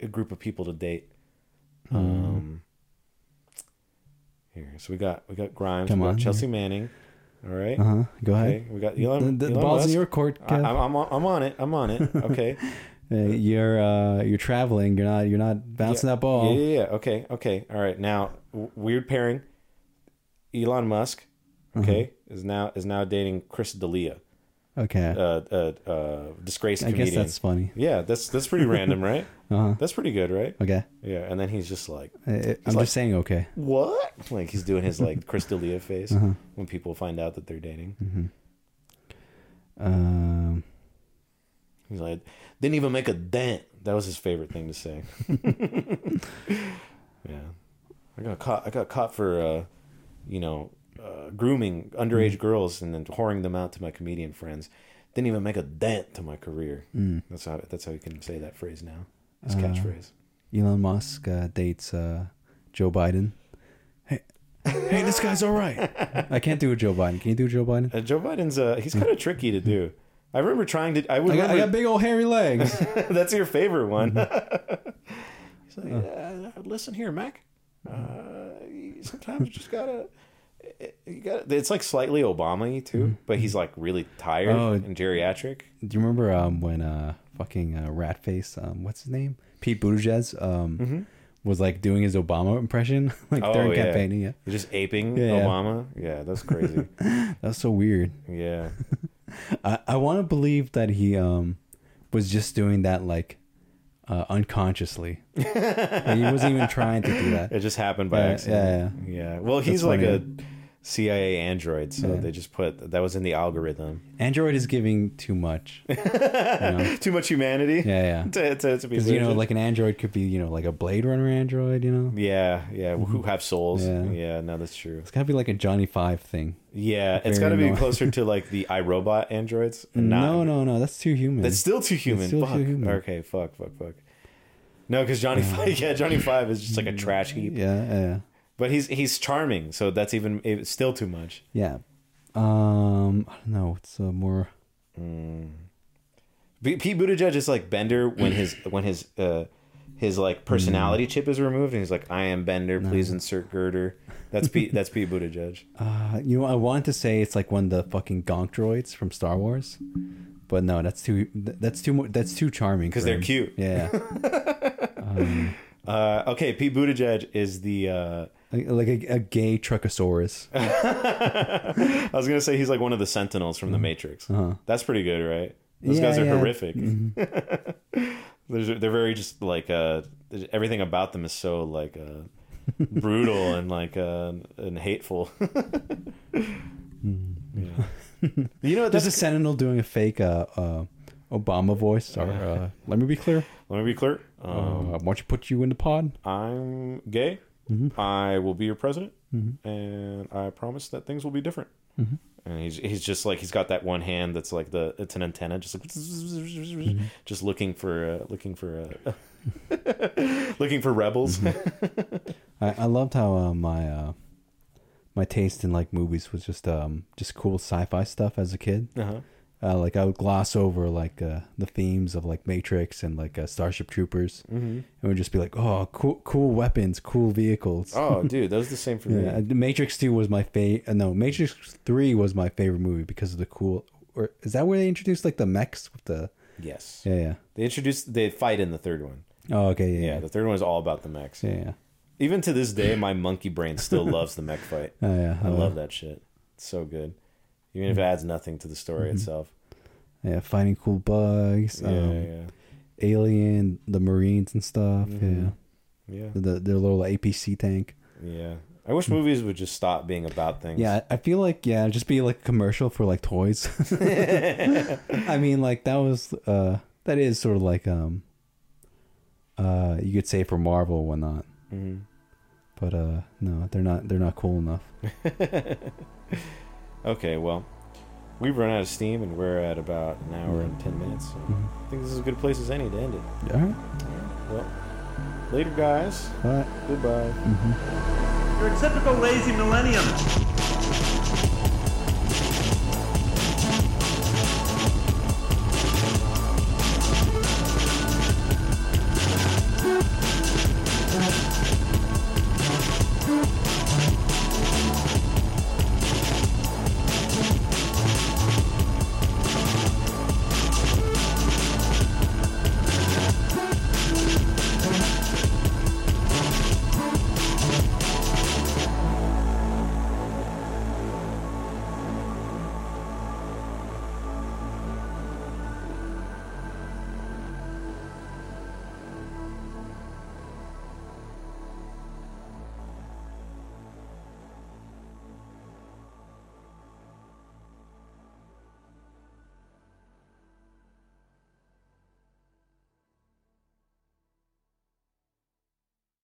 a group of people to date?
Hmm.
Um, here, so we got we got Grimes,
Come
we got
on,
Chelsea Manning. All right.
Uh huh. Go
Okay,
ahead.
we got Elon.
the the
Elon
ball's
Musk.
in your court,
I,
Kev.
I'm, I'm, on- I'm on it. I'm on
[laughs]
it. Okay.
Uh, you're uh, you're traveling. You're not you're not bouncing that
yeah,
ball.
yeah, yeah. Okay, okay. All right. Now, w- weird pairing. Elon Musk,
Mm-hmm.
okay, is now is now dating Chris D'Elia,
Okay.
uh, uh, uh, disgraced
I
comedian.
guess that's funny.
Yeah, that's that's pretty random,
[laughs]
right?
Uh huh.
That's pretty good, right?
Okay.
Yeah. And then he's just like,
I- I- I'm
like-
just saying. Okay.
what? Like he's doing his like Chris
[laughs]
D'Elia face
Uh-huh.
when people find out that they're dating.
Um.
He's like, didn't even make a dent. That was his favorite thing to say. [laughs] yeah, I got caught. I got caught for, uh, you know, uh, grooming
Mm.
underage girls and then whoring them out to my comedian friends. Didn't even make a dent to my career.
Mm.
That's how. That's how you can say that phrase now. His
Uh-huh.
catchphrase.
Elon Musk uh, dates uh, Joe Biden. Hey, hey, this guy's all right. [laughs] I can't do a Joe Biden. Can you do a Joe Biden?
Uh, Joe Biden's. Uh,
[laughs]
he's kind of tricky to do. I remember trying to. I would.
I got, I
remember-
got big old hairy legs.
[laughs] That's your favorite one.
Mm-hmm.
[laughs] He's like, uh, listen here, Mac. Uh, you sometimes you just gotta. eh, You gotta it's like slightly Obama-y too, but he's like really tired
Mm-hmm. Oh.
and geriatric.
[laughs] do you remember um, when uh, fucking uh, Ratface, um, what's his name, Pete Buttigieg, um, was like doing his Obama impression [laughs] like
Oh,
during
yeah.
campaigning? Yeah,
He's just aping
Yeah.
Obama. Yeah, that's
[laughs]
crazy.
that was so weird.
yeah.
I, I want to believe that he um was just doing that like uh, [laughs] unconsciously. Like, he wasn't even trying to do that.
It just happened by
Yeah,
accident. Yeah, Well, he's
That's
like
funny.
a CIA android, so
Yeah.
they just put that was in the algorithm. [laughs]
Android is giving too much. you know?
Too much humanity.
Yeah, yeah.
[laughs] To, to, to be
Because you know,
rigid.
like an Android could be you know like a Blade Runner Android. You know,
yeah, yeah, who have souls.
Mm-hmm. Yeah.
yeah, no, that's true.
it's gotta be like a Johnny Five thing.
Yeah, it's got
Very
to be
annoying.
closer to like the iRobot androids. and Not,
no, no, no. That's too human.
that's still too human.
still too
fuck.
human.
Okay, fuck, fuck, fuck. No, because Johnny Five, yeah, Johnny Five is just like a trash heap.
Mm, yeah, yeah.
But he's he's charming, so that's even it's still too much.
Yeah. Um, I don't know. It's uh, more.
B- Pete Buttigieg is like Bender when
[clears throat]
his when his uh his like personality
Mm.
chip is removed, and he's like, "I am Bender. Please insert girder." That's Pete. that's Pete
[laughs]
Buttigieg.
Uh, you know, I wanted to say it's like one of the fucking gonk droids from Star Wars, but no, that's too. th- That's too. mu- That's too charming because
they're cute.
Yeah.
[laughs] Uh, okay, Pete Buttigieg is the. Uh,
like like a, a
[laughs]
gay truckosaurus.
I was gonna say he's like one of the Sentinels from The Matrix. That's pretty good, right? Those
Mm-hmm. Uh-huh. Yeah,
guys are
yeah. Mm-hmm.
horrific. [laughs] they're, they're very just like uh, everything about them is so like
[laughs]
uh, brutal and like uh, and hateful. [laughs]
Mm-hmm.
Yeah. You know, what,
There's
that's
a sentinel doing a fake uh, uh, Obama voice. Or uh, let me be clear.
Let me be clear.
Uh,
Um,
I want to put you in the pod.
I'm gay.
Mm-hmm.
I will be your president, and I promise that things will be different.
Mm-hmm.
And he's he's just like he's got that one hand that's like the it's an antenna, just like
Mm-hmm.
just looking for uh, looking for uh, [laughs] looking for rebels.
Mm-hmm. I, I loved how uh, my uh, my taste in like movies was just um just cool sci-fi stuff as a kid.
[laughs] uh-huh.
Uh, like I would gloss over like uh, the themes of like Matrix and like uh, Starship Troopers, and we'd just be like, oh, cool, cool weapons, cool vehicles.
Oh, dude, that was the same for me.
Yeah, uh, the Matrix Two was my favorite. No, Matrix Three was my favorite movie because of the cool. Or is that where they introduced like the mechs with the?
Yes,
Yeah, yeah.
they introduced they fight in the third one.
Oh, okay, yeah,
Yeah,
yeah,
the third one is all about the mechs.
yeah. yeah.
Even to this day, my monkey brain
[laughs]
still loves the mech fight.
Oh, yeah.
I
uh,
love that shit. It's so good. Even if it adds nothing to the story
Mm-hmm.
itself.
Yeah, finding cool bugs.
Yeah,
um,
yeah,
Alien, the Marines and stuff. Yeah,
yeah,
the their little APC tank.
yeah. I wish movies would just stop being about things.
Yeah, I I feel like yeah, it'd just be like a commercial for like toys. [laughs] I mean, like that was uh that is sort of like um uh you could say for Marvel or whatnot.
Mhm.
But uh no, they're not they're not cool enough.
[laughs] Okay, well, we've run out of steam and we're at about an hour and ten minutes. So I think this is as good a place as any to end it.
All right.
Well, later, guys.
All right.
Goodbye.
mm-hmm.
You're a typical lazy millennium.